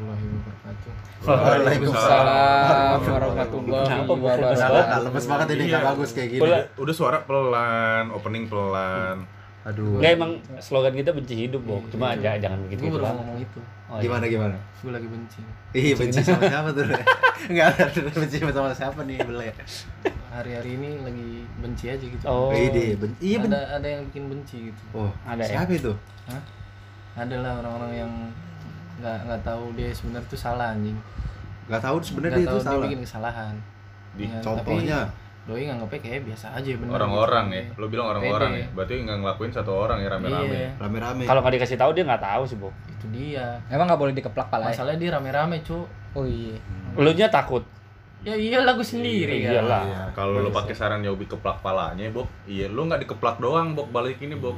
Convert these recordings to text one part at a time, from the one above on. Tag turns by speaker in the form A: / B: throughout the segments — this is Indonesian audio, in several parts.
A: wabarakatuh.
B: Waalaikumsalam warahmatullahi
C: Kenapa bukan
A: Nah,
C: Salah.
B: wabarakatuh.
A: lemes banget ini
C: Iya.
A: nggak bagus kayak gini.
C: Udah, udah suara pelan, opening pelan.
A: Aduh.
B: Enggak emang slogan kita benci hidup, Bok. Cuma
A: Iya.
B: aja jangan
D: Gue
B: begitu gitu.
D: baru
B: Bang.
D: ngomong itu.
B: Oh,
A: Gimana gimana?
D: Gue lagi benci.
A: Ih benci sama siapa tuh? Enggak benci sama siapa nih ya? beli?
D: Hari-hari ini lagi benci aja gitu.
B: Oh.
A: Ide benci. Iya benci.
D: Ada ada yang bikin benci gitu.
A: Oh,
B: Ada ya?
A: siapa itu?
D: Adalah orang-orang yang nggak nggak tahu dia sebenarnya itu salah anjing.
A: Gak tahu
D: Nggak
A: sebenarnya dia itu
D: tahu dia
A: salah.
D: bikin kesalahan.
C: Di
D: Ya,
A: Contohnya
D: tapi Doi nganggapnya kayak biasa aja bener.
C: Orang-orang
D: gitu.
C: ya, lo bilang orang-orang ya. Berarti nggak ngelakuin satu orang ya rame-rame.
D: Iya,
A: rame-rame.
B: Kalau nggak dikasih tahu dia nggak tahu sih, Bok.
D: itu dia.
E: Emang nggak boleh dikeplak pala ya?
D: Masalahnya dia rame-rame, Cuk.
E: Oh iya.
B: Lu nya takut.
D: Ya iyalah gue sendiri kan.
B: Iyalah.
C: Iya, kalau lo pakai saran Yobi keplak palanya, Bok. Iya, lo nggak dikeplak doang, Bok. Balik ini, Bok.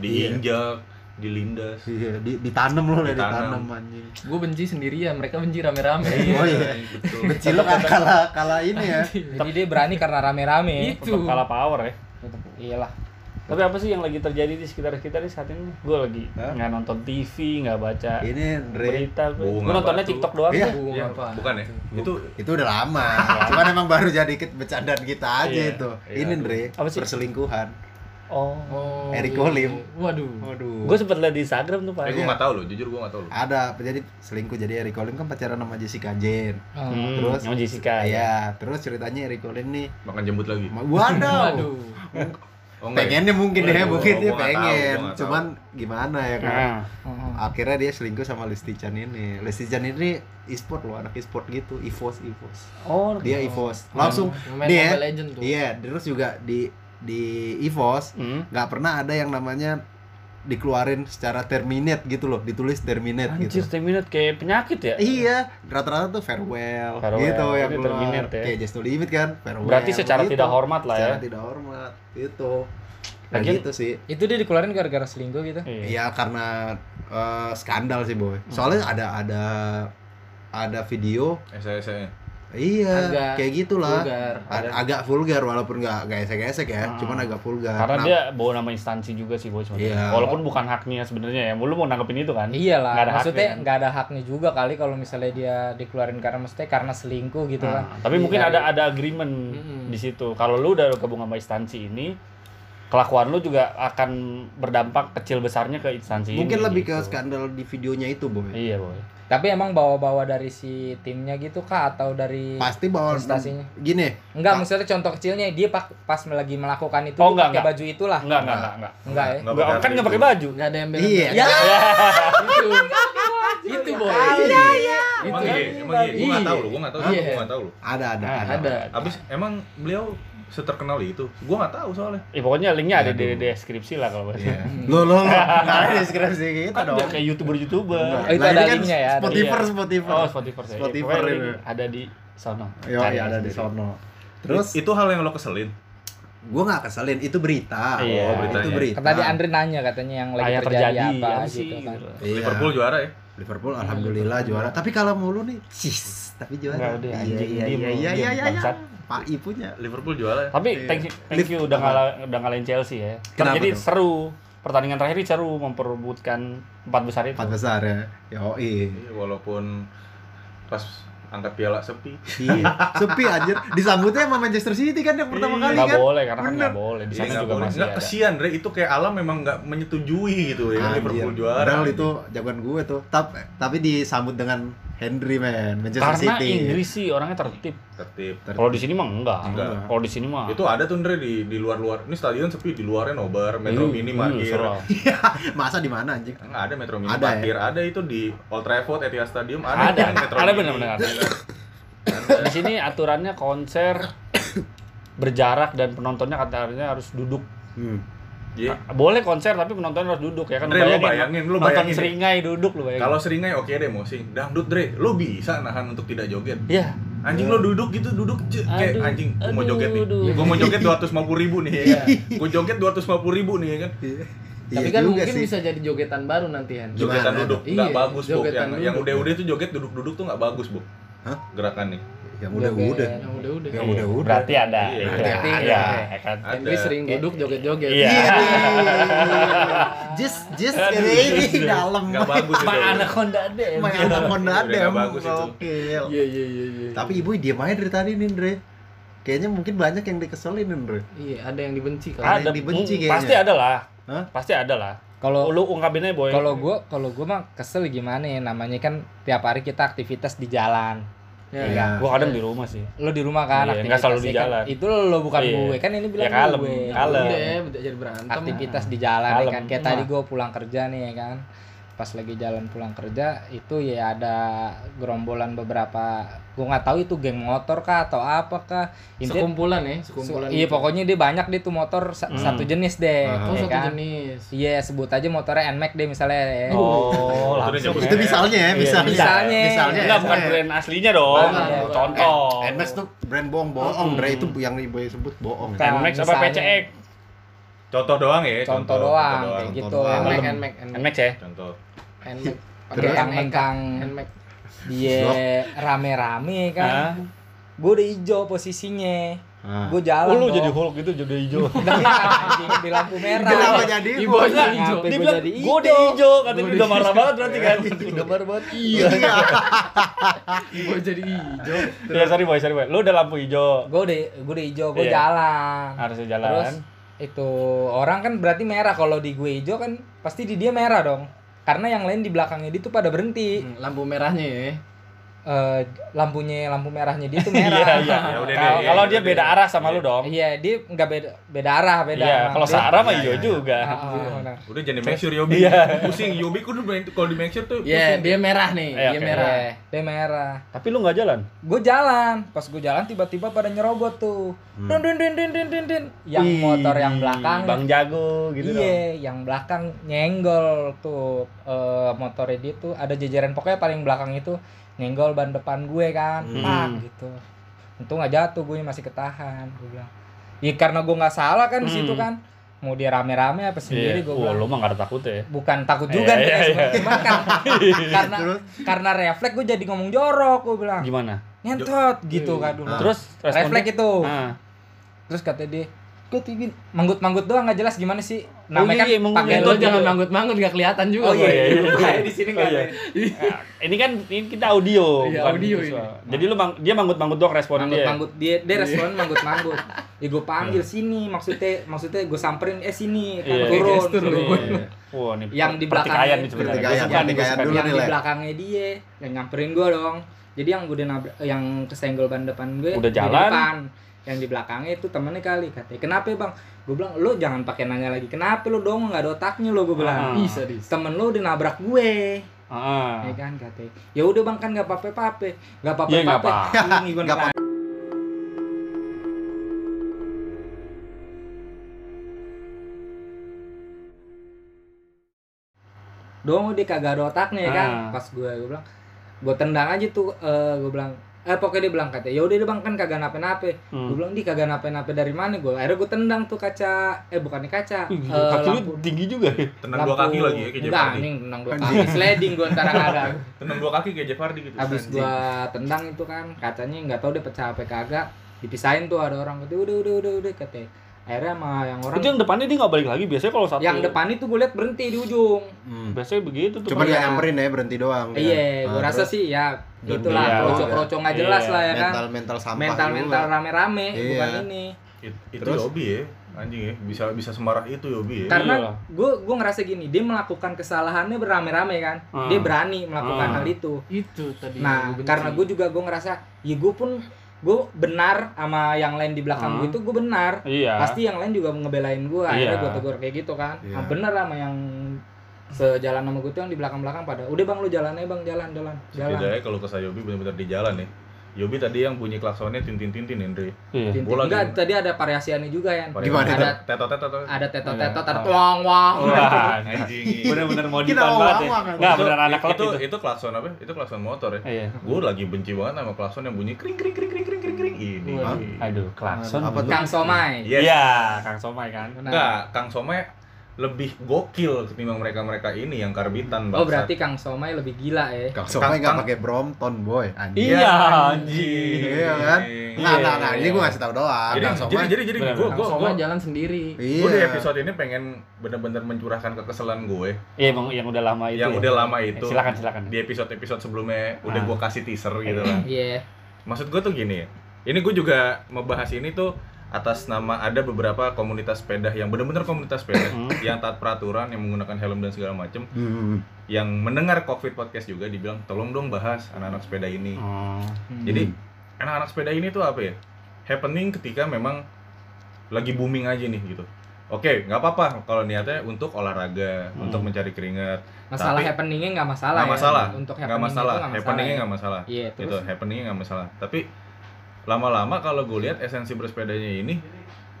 C: Diinjak, dilindas.
A: Iya, di, ditanam lo udah
C: Ditanam. Eh,
A: ditanam anjing.
D: Gue benci sendirian, mereka benci rame-rame.
A: Oh iya.
C: Betul.
A: Benci lo kan kalah kalah ini ya.
E: Jadi dia berani karena rame-rame.
D: Itu.
B: Tetap kalah power ya.
E: Tetep, Iyalah.
B: Gitu. Tapi apa sih yang lagi terjadi di sekitar kita nih saat ini? Gue lagi
A: Hah?
B: nggak nonton TV, nggak baca
A: Ini Andre.
B: berita. Gue
C: Bunga
B: nontonnya
C: batu.
B: TikTok doang.
A: Iya.
B: deh.
D: Bunga
C: Iya,
D: apa?
C: Bukan ya? Itu
A: Itu udah lama. Cuman emang baru jadi ke- bercandaan kita aja
B: Iya,
A: itu.
C: iya.
A: Ini Andre,
B: Apa sih?
A: perselingkuhan.
B: Oh.
D: Oh.
A: Eric Oh.
D: iya.
A: Olim.
D: Waduh.
A: Waduh.
B: Gue sempet liat di Instagram tuh, Pak.
C: eh gue nggak tahu lo, jujur gue nggak tahu lo.
A: ada jadi selingkuh jadi Eric Colin kan pacaran sama Jessica Jane
D: Ah,
B: Hmm,
A: terus
D: iya.
B: sama Jessica, ya.
A: ya terus ceritanya Eric Colin nih
C: Makan jembut lagi.
A: ma- waduh
D: Waduh.
C: Oh, nggak ya?
A: pengennya mungkin ya
C: Waduh,
A: mungkin dia
C: gua nggak tahu,
A: pengen
C: gua nggak tahu.
A: cuman gimana ya kan
D: Ah.
B: Nah,
A: akhirnya dia selingkuh sama Lesti Chan ini Lesti Chan ini e-sport loh anak e-sport gitu evos evos
B: Oh,
A: dia evos langsung
D: Main gitu.
A: dia
D: Mobile Legend tuh.
A: iya terus juga di di evos
B: Hmm.
A: nggak pernah ada yang namanya dikeluarin secara terminate gitu loh ditulis terminate gitu
B: Anjir, 10 minute kayak penyakit ya?
A: Iya, rata-rata tuh farewell,
B: Farewell,
A: gitu yang
B: itu
A: keluar.
B: terminate ya.
A: Kayak just no limit kan, farewell.
B: Berarti secara tidak hormat lah ya.
A: Secara tidak hormat, gitu. Nah
B: Lagian-
A: gitu sih.
E: Itu dia dikeluarin gara-gara selingkuh gitu.
B: Iya.
A: Iya karena eh, skandal sih boy. Soalnya ada ada ada video,
C: SSN.
A: iya
D: Agak
A: kayak gitulah.
D: vulgar. Ah.
A: A- agak vulgar walaupun nggak nggak esek-esek ya, cuman agak vulgar.
B: Karena
A: Nah,
B: dia bawa nama instansi juga sih bos sebenarnya.
A: Iya.
B: Walaupun bukan haknya sebenarnya ya. Lu mau nanggepin itu kan?
E: Iyalah,
B: Nggak ada
E: maksudnya
B: haknya.
E: nggak ada haknya juga kali kalau misalnya dia dikeluarin karena maksudnya karena selingkuh gitu
B: Nah,
E: kan.
B: tapi
E: Iya,
B: mungkin
E: iya.
B: ada ada agreement
D: Mm-mm.
B: di situ. Kalau lu udah gabung sama instansi ini, kelakuan lu juga akan berdampak kecil besarnya ke instansi ini.
A: mungkin lebih ke
B: gitu.
A: skandal di videonya itu boy.
B: Iya, boy.
E: Tapi emang bawa-bawa dari si timnya gitu kah atau dari
A: Pasti bahwa
E: prestasinya?
A: gini. pa-
E: Enggak, maksudnya contoh kecilnya dia pak- pas lagi melakukan itu
B: Oh, enggak,
E: dia pakai
B: enggak.
E: baju
A: Ah,
E: itulah.
B: Enggak, enggak, enggak, enggak.
E: Enggak ya.
C: Nggak
B: Enggak,
C: pakai
B: kan
C: hari
B: nggak pakai
C: itu.
B: baju.
D: Nggak ada embel.
A: Iya.
D: Itu. itu boy. Iya.
C: Emang
D: Itu.
C: iya, emang iya. Gue nggak tahu lo, gue nggak tahu,
D: Iya.
C: gue nggak tahu lo.
A: Ada ada
B: Nah,
A: ada.
D: Ada.
C: Abis emang beliau seterkenal itu, gue nggak tahu soalnya.
B: Ya, pokoknya linknya ada di, di deskripsi lah kalau bahasa.
A: Iya. Lo lo lo. Nah, deskripsi kita
B: Ada
A: dong.
B: kayak youtuber-youtuber.
E: Oh, itu
A: Nah,
E: ada
A: ini kan
E: linknya ya, ada.
A: Spotify,
B: Iya.
A: Spotify.
B: Oh, Spotify. ya.
A: Spotify
B: Pokoknya
A: ini.
B: link ada di sono.
A: Yo,
B: Cari
A: iya, ada di
B: sendiri.
A: sono. Terus
C: I- itu hal yang lo keselin.
A: gue nggak keselin, itu berita.
B: Iya.
A: oh, berita. Itu
C: Beritanya.
A: berita.
E: Kan Tadi Andre nanya katanya yang lagi
B: Kayak
E: terjadi,
B: Nah. terjadi
E: apa,
B: apa sih
E: gitu kan.
B: gitu.
A: Iya.
C: Liverpool juara ya.
A: Liverpool alhamdulillah juara. Tapi kalah mulu nih. Cis, tapi
B: Nggak,
A: juara.
B: udah,
A: iya,
B: anjing,
A: iya,
B: diem,
A: iya, iya,
B: diem,
A: iya, iya,
B: bangsat.
A: Pak I punya.
C: Liverpool juara ya.
B: Tapi thank you, thank you udah ngalah udah ngalahin Chelsea ya. Ter-
A: Kenapa
B: jadi
A: tuh?
B: seru. Pertandingan terakhir ini seru memperebutkan empat besar itu.
A: Empat besar ya. Yo, iya.
C: Iya, Walaupun pas angkat piala sepi.
A: Iya. Sepi anjir. Disambutnya sama Manchester City kan yang pertama
C: Iya.
A: kali
B: Nggak
A: kan.
B: boleh karena kan
A: Bener.
B: nggak boleh. Di sana
C: Iya, nggak
B: juga
C: boleh.
B: masih
C: Nggak,
B: ada.
C: kesian Re, itu kayak alam memang nggak menyetujui gitu
B: Iya,
C: ya
A: Anjir.
C: Liverpool juara.
A: Padahal itu jagoan gue tuh. Tapi tapi disambut dengan Henry man, Manchester
B: Karena
A: City.
B: Inggris sih orangnya tertib.
C: tertib.
A: Tertib.
B: Kalau di sini mah enggak.
C: Enggak.
B: Kalau di sini mah
C: Itu ada tuh Andre di di luar-luar. Ini stadion sepi, di luarnya nobar, Metro
B: Iya,
C: Mini
B: iya,
C: parkir.
B: serem.
A: Masa di mana anjing?
C: Enggak ada Metro Mini
A: Ada ya?
C: parkir, ada itu di Old Trafford, Etihad Stadium, ada.
B: Ada,
C: yang Metro
B: ada
C: Mini.
B: benar-benar. Di sini aturannya konser berjarak dan penontonnya katanya harus duduk.
A: Hmm.
C: Iya.
B: Boleh konser tapi penontonnya harus duduk ya kan.
C: Andre, lu
B: Bayangin,
C: bayangin, lu
B: nonton
C: bayangin.
B: seringai duduk lu bayangin.
C: Kalau seringai oke deh mosing. Dangdut Dre, lu bisa nahan untuk tidak joget.
B: Iya.
C: Anjing lo duduk gitu, duduk ce- kayak
B: Aduh,
C: anjing gua mau
B: aduh,
C: joget nih.
B: aduh.
C: Gua mau joget 250 ribu nih ya kan. Gua joget 250 ribu nih ya kan.
D: Tapi
A: Iya
D: kan
A: juga
D: mungkin
A: sih.
D: bisa jadi jogetan baru nanti kan.
A: Gimana?
C: Jogetan duduk nggak
D: Iya,
C: bagus, Bok.
D: jogetan
C: Yang yang
D: duduk.
C: udah-udah tuh joget duduk-duduk tuh nggak bagus, Bok.
A: Hah?
C: gerakan nih
A: yang udah
E: Joget.
A: udah
D: yang udah-udah.
A: yang udah udah
B: Berarti ada.
C: Iya,
A: berarti
B: Iya,
A: ada.
B: ya kan.
D: Henry
C: Ada.
D: sering duduk joget-joget.
B: Iya.
A: jis jis
B: Aduh,
A: ini
B: jis, jis.
A: dalam
C: nggak bagus itu
E: Anaconda deh.
A: main anak Honda
C: Udah nggak
A: Dem
C: bagus itu.
A: gokil
D: Iya iya iya iya.
A: tapi ibu diem aja dari tadi nih Dre kayaknya mungkin banyak yang dikeselin nih Dre
D: Iya, ada yang dibenci
A: Ah.
D: kan.
A: yang
B: Ada
A: dibenci
B: mm,
A: kayaknya.
B: Pasti ada lah.
A: Hah?
B: Pasti ada lah. Oh,
E: Kalau
B: Lu ungkapin aja, Boy.
E: kalau gua kalau gua mah kesel gimana ya namanya kan tiap hari kita aktivitas di jalan.
D: Ya,
E: Iya.
B: gua kadang di rumah sih.
E: Lo di rumah kan
B: Iya, nggak selalu di
E: aktivitasnya kan-
B: jalan.
E: itu lo bukan
B: Iya.
E: gue kan ini bilang
B: Ya, kalem.
E: gue.
B: Kalem.
D: Udah ya, udah jadi berantem.
E: aktivitas di jalan ya
B: Kalem.
E: kan kayak
B: Nah.
E: tadi gue pulang kerja nih ya kan pas lagi jalan pulang kerja itu ya ada gerombolan beberapa gue nggak tahu itu geng motor kah atau apa kah Intinya-
D: Sekumpulan ya,
E: su-
D: sekumpulan.
E: iya
D: gitu.
E: pokoknya dia banyak deh tuh motor sa-
B: Hmm.
E: satu jenis deh
D: Oh,
A: Ah.
D: satu
E: ya kan?
D: jenis.
E: iya sebut aja motornya Nmax deh misalnya ya.
B: Oh,
C: Itu dia
B: langsung.
C: nyebut.
A: itu misalnya ya
B: Iya,
A: misalnya
E: misalnya.
A: misalnya
B: Enggak, bukan
A: misalnya.
B: brand Oh. aslinya dong.
D: Bukan, bukan.
B: Contoh.
A: Eh, NMAX tuh brand bohong bohong Dre
B: Hmm.
A: itu yang ibu sebut bohong
E: Bukan.
B: NMAX apa
E: Misalnya.
B: PCX?
C: contoh doang ya
E: contoh,
C: contoh
E: doang kayak
C: doang.
E: gitu
A: doang.
D: Nmax,
E: Emang
A: Kalem.
D: Nmax, Nmax,
B: NMAX ya?
C: contoh
D: Nmax. Pakai
A: Terus?
D: Nmax,
E: Mentang-mentang.
D: Nmax.
E: dia Iya, rame-rame
B: Hah?
E: kan gue udah hijau posisinya
A: Ah.
E: gue
B: Oh,
E: jalan
B: lu
E: dong.
B: jadi Hulk gitu jadi hijau.
E: Anjing, Iya, di lampu merah
A: kenapa jadi
D: Ibu
A: ibu
D: aja hijau.
E: Nyampe
B: Dia
E: gue
B: bilang,
E: jadi
B: gue udah
E: hijau.
B: hijau, katanya dia udah marah banget berarti kan.
E: Udah baru banget
A: iya
D: Gua jadi hijau.
B: Ya sorry boy, sorry boy. Lu udah lampu hijau,
E: Gue udah gue udah hijau, gue
B: Iya.
E: jalan.
B: harusnya
E: Terus
B: jalan.
E: itu orang kan berarti merah kalau di gue hijau kan pasti di dia merah dong. Karena yang lain di belakangnya dia tuh pada berhenti.
D: Hmm, Lampu merahnya ya.
E: Eh, lampunya lampu merahnya dia tuh
B: Iya,
E: merah.
B: iya.
C: Ya udah deh,
B: Kalau-
C: iya,
B: Kalau
C: iya,
B: dia
C: iya.
B: beda arah sama lu dong.
E: Iya, dia nggak beda beda arah, beda.
B: Iya,
E: emang.
B: kalau
E: Dia-
B: Sarah mah
A: Iya,
B: hijau
A: iya,
B: juga.
E: Ah, ah, benar.
C: udah jadi make sure Yobi
B: Iya.
C: pusing Yobi kudu main- kalau di make sure tuh
D: Iya, dia merah nih.
B: Iya,
D: Dia
B: oke.
D: merah.
E: Iya, dia merah.
B: Tapi lu nggak jalan.
E: Gue jalan, pas gue jalan tiba-tiba pada nyerobot tuh.
B: Hmm.
A: Hmm,
E: Dun dun dun dun dun dun dun. Yang
B: Wih,
E: motor yang belakang
B: Bang Jago gitu
E: iya, yang belakang nyenggol tuh eh, motornya dia tuh ada jajaran pokoknya paling belakang itu nyenggol ban depan gue kan,
A: Hmm.
E: pak gitu. Untung nggak jatuh gue masih ketahan, gue bilang. Ya karena gue nggak salah kan di situ
B: Hmm.
E: kan, mau dia rame-rame apa
B: dong. Iya.
E: sendiri gue
B: Wah,
E: bilang.
B: lu mah nggak ada takut ya.
E: Bukan takut
B: Iya,
E: juga nih,
B: iya,
E: sebenarnya. cuman kan- karena
A: Terus?
E: karena refleks gue jadi ngomong jorok gue bilang
B: Gimana? Nah.
E: nyentot gitu
D: Iya.
E: kan dulu.
A: Ah.
B: Terus respon
E: refleks
B: dia?
E: itu.
B: Ah.
E: Terus kata dia, gue tinggi manggut-manggut doang nggak jelas gimana sih namanya
B: iya, iya,
E: kan
B: manggut-
E: pakai
D: Pakai
B: Iya,
D: lo
B: iya.
D: jangan manggut-manggut gak kelihatan juga.
B: Oh,
D: Boy.
B: iya, iya.
E: ya.
D: Makanya di sini
B: Oh,
D: nggak
B: iya.
D: ada.
B: Nah, ini kan ini kita audio,
D: Iya,
B: bukan
D: audio
B: visual.
D: ini.
B: Jadi lu mang- dia manggut-manggut doang responin dia.
E: manggut-manggut dia dia
B: Iya.
E: respon manggut-manggut ya gue panggil sini maksudnya maksudnya gue samperin eh sini kan
B: Iya,
E: turun
D: gestur
E: sini.
D: lu.
B: Iya. Wah, ini
E: Yang di belakang
B: pertikaian
E: ini.
B: nih sebenarnya. Gua suka
A: Pertikaian,
B: nih, gua
A: pertikaian
B: suka nih.
A: dulu
E: yang
A: nih,
E: di
A: Le.
E: belakangnya dia yang nyamperin gue dong jadi yang gue udah nabrak- yang kesenggol ban depan gue
B: Udah
E: di
B: jalan.
E: depan. yang di belakangnya itu temennya kali katanya kenapa ya, bang gue bilang lo jangan pakai nanya lagi kenapa lo dong nggak ada otaknya lo gue
B: Ah.
E: bilang
D: Ih, sadis.
E: temen lo udah nabrak gue
B: Ah.
E: ya kan katanya ya udah bang kan nggak apa-apa nggak apa-apa
B: Iya, nggak
E: Ini gua
A: Nggak apa-apa.
E: dong dia kagak ada otaknya ya kan
B: Ah.
E: pas gue gue bilang gue tendang aja tuh eh gue bilang eh pokoknya dia bilang katanya ya udah deh bang kan kagak nape-nape
B: Hmm.
E: gue bilang dia kagak nape-nape dari mana gue akhirnya gue tendang tuh kaca eh bukannya kaca
B: Ih,
E: eh,
B: Kaki lu
E: lampu-
B: tinggi juga ya.
C: tenang dua kaki lagi ya kayak Jeff
E: enggak
C: Hardy
E: anjing tendang dua kaki sliding gue ntar kadang
C: tenang dua kaki kayak Jeff Hardy gitu
E: habis gua tendang itu kan kacanya nggak tahu dia pecah apa kagak dipisahin tuh ada orang gitu udah udah udah udah katanya akhirnya sama yang orang
B: Itu yang depannya dia nggak balik lagi. Biasanya kalau satu
E: yang depan itu gue liat berhenti di ujung
A: Hmm.
B: biasanya begitu tuh.
A: cuman
E: Iya.
A: nggak nyamperin ya berhenti doang ya.
E: iya
A: Ah,
E: gue rasa
A: terus
E: sih ya
A: Down
E: itulah
B: down.
E: kroco-kroco nggak
B: Iya.
E: jelas lah ya kan
A: mental mental sampah gitu.
E: mental mental
A: juga.
E: rame-rame
A: Iya.
E: bukan ini
C: It- itu
A: Terus?
C: Yobi ya anjing ya bisa bisa semarah itu Yobi ya
E: karena
B: Iya.
E: gue gue ngerasa gini dia melakukan kesalahannya berame-rame kan
A: Ah.
B: Hmm.
E: dia berani melakukan
B: Hmm.
E: hal itu
D: Itu tadi.
A: Iya,
E: Nah,
D: yang benci.
E: karena gue juga gue ngerasa, ya gue pun gue benar sama yang lain di belakang
B: Hmm.
A: Ah.
E: gue itu gue benar.
B: Iya.
E: Pasti yang lain juga ngebelain gue.
B: Iya.
E: Akhirnya gue tegur kayak gitu kan.
A: Iya.
E: Ah, bener sama yang sejalan sama gue tuh yang di belakang-belakang pada. Udah bang lu jalan aja bang jalan jalan jalan.
C: setidaknya ya kalau kesal Yobi benar-benar di jalan ya Yobi tadi yang bunyi klaksonnya tintin tintin Andre
B: Iya.
E: Tintin.
C: Eh, Bola
E: Enggak,
C: gimana?
E: tadi ada variasiannya juga ya.
A: Gimana itu?
E: Ada
C: tetot tetot tetot.
E: ada tetot-tetot,
B: Iya.
E: ada tuang wang.
B: Wah,
C: anjing
B: bener-bener mau dipan
A: Kita
B: banget ya.
A: awang-awang kan.
B: Nggak, bener anak klub
C: itu,
B: itu.
C: itu klakson apa itu klakson motor ya
B: Iya.
C: gue lagi benci banget sama klakson yang bunyi kring kring kring kring kring kring kring ini
D: Wah.
B: Aduh, klakson.
A: Apa
B: dulu.
A: tuh?
E: Kang Somai. Nah, oh,
C: Yes.
B: Iya, Kang Somai kan.
E: Benar.
C: Enggak, Kang Somai lebih gokil ketimbang mereka-mereka ini yang karbitan
E: Oh berarti Kang Somai lebih gila ya.
A: Kang Somai nggak
C: Kang-
A: pakai Brompton boy anjing.
B: Iya,
C: anjing.
A: Iya kan? Nah,
B: Iya,
A: nah, nah,
B: iya,
A: ini gue
B: iya.
A: ngasih tau doang.
C: Jadi,
A: Kang
C: jadi,
A: Somai.
C: jadi, jadi,
B: Benar,
C: gue,
B: Kang
E: Kang
C: gue,
E: Somai jalan sendiri.
A: Iya.
C: gue di episode ini pengen bener-bener mencurahkan kekesalan gue
B: Iya, emang yang udah lama itu.
C: yang
B: ya.
C: udah lama
B: Eh,
C: itu.
B: Silakan, silakan.
C: Di episode-episode sebelumnya udah
B: Ah.
C: gue kasih teaser gitu lah.
E: Iya.
C: Maksud gue tuh gini, ini gue juga membahas ini tuh atas nama ada beberapa komunitas sepeda yang bener-bener komunitas sepeda
B: Hmm.
C: yang taat peraturan, yang menggunakan helm dan segala macem
A: Hmm.
C: yang mendengar Covid podcast juga dibilang tolong dong bahas anak-anak sepeda ini.
B: Hmm.
C: Jadi anak-anak sepeda ini tuh apa ya? Happening ketika memang lagi booming aja nih gitu. Oke, nggak apa-apa kalau niatnya untuk olahraga,
B: Hmm.
C: untuk mencari keringat,
E: Masalah
C: Tapi-
E: happeningnya nggak masalah.
C: nggak masalah,
E: Ya. Untuk
C: nggak
E: happening itu
C: masalah, happeningnya
E: ya.
C: nggak masalah. Gitu.
E: Iya
C: Itu
E: terus.
C: happeningnya nggak masalah. Tapi lama-lama kalau gue lihat esensi bersepedanya ini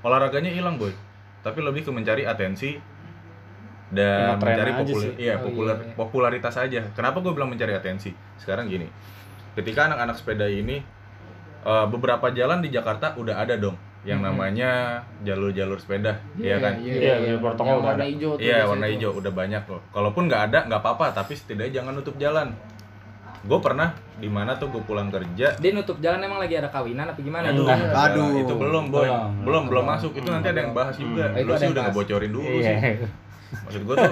C: olahraganya hilang boy. Tapi lebih ke mencari atensi dan
B: Cuma tren
C: mencari
B: aja
C: populer,
B: sih.
C: iya,
E: Oh,
C: populer,
E: iya, iya.
C: popularitas aja. Kenapa gue bilang mencari atensi? Sekarang gini, ketika anak-anak sepeda ini eh, beberapa jalan di Jakarta udah ada dong yang
E: Mhm.
C: namanya jalur-jalur sepeda,
D: Iya,
C: iya kan?
D: iya,
B: Iya, protokol
D: Yang
B: udah
D: warna
B: ada.
D: hijau tuh
C: Iya
D: biasa
C: warna
D: itu.
C: hijau udah banyak loh. Kalaupun nggak ada nggak apa-apa tapi setidaknya jangan nutup jalan. Gue pernah di mana tuh gue pulang kerja.
E: Dia nutup jalan emang lagi Kan ada kawinan apa gimana?
B: Aduh.
E: Tuh?
B: Aduh.
A: Aduh.
C: itu belum boy,
B: Belum.
C: belum belum, masuk. Itu
B: Hmm.
C: nanti ada yang bahas juga.
B: Hmm.
E: Itu
C: Lu
E: ada
C: sih
E: yang
C: udah
E: bahas.
C: ngebocorin dulu
B: Iya.
C: sih. Maksud gue tuh.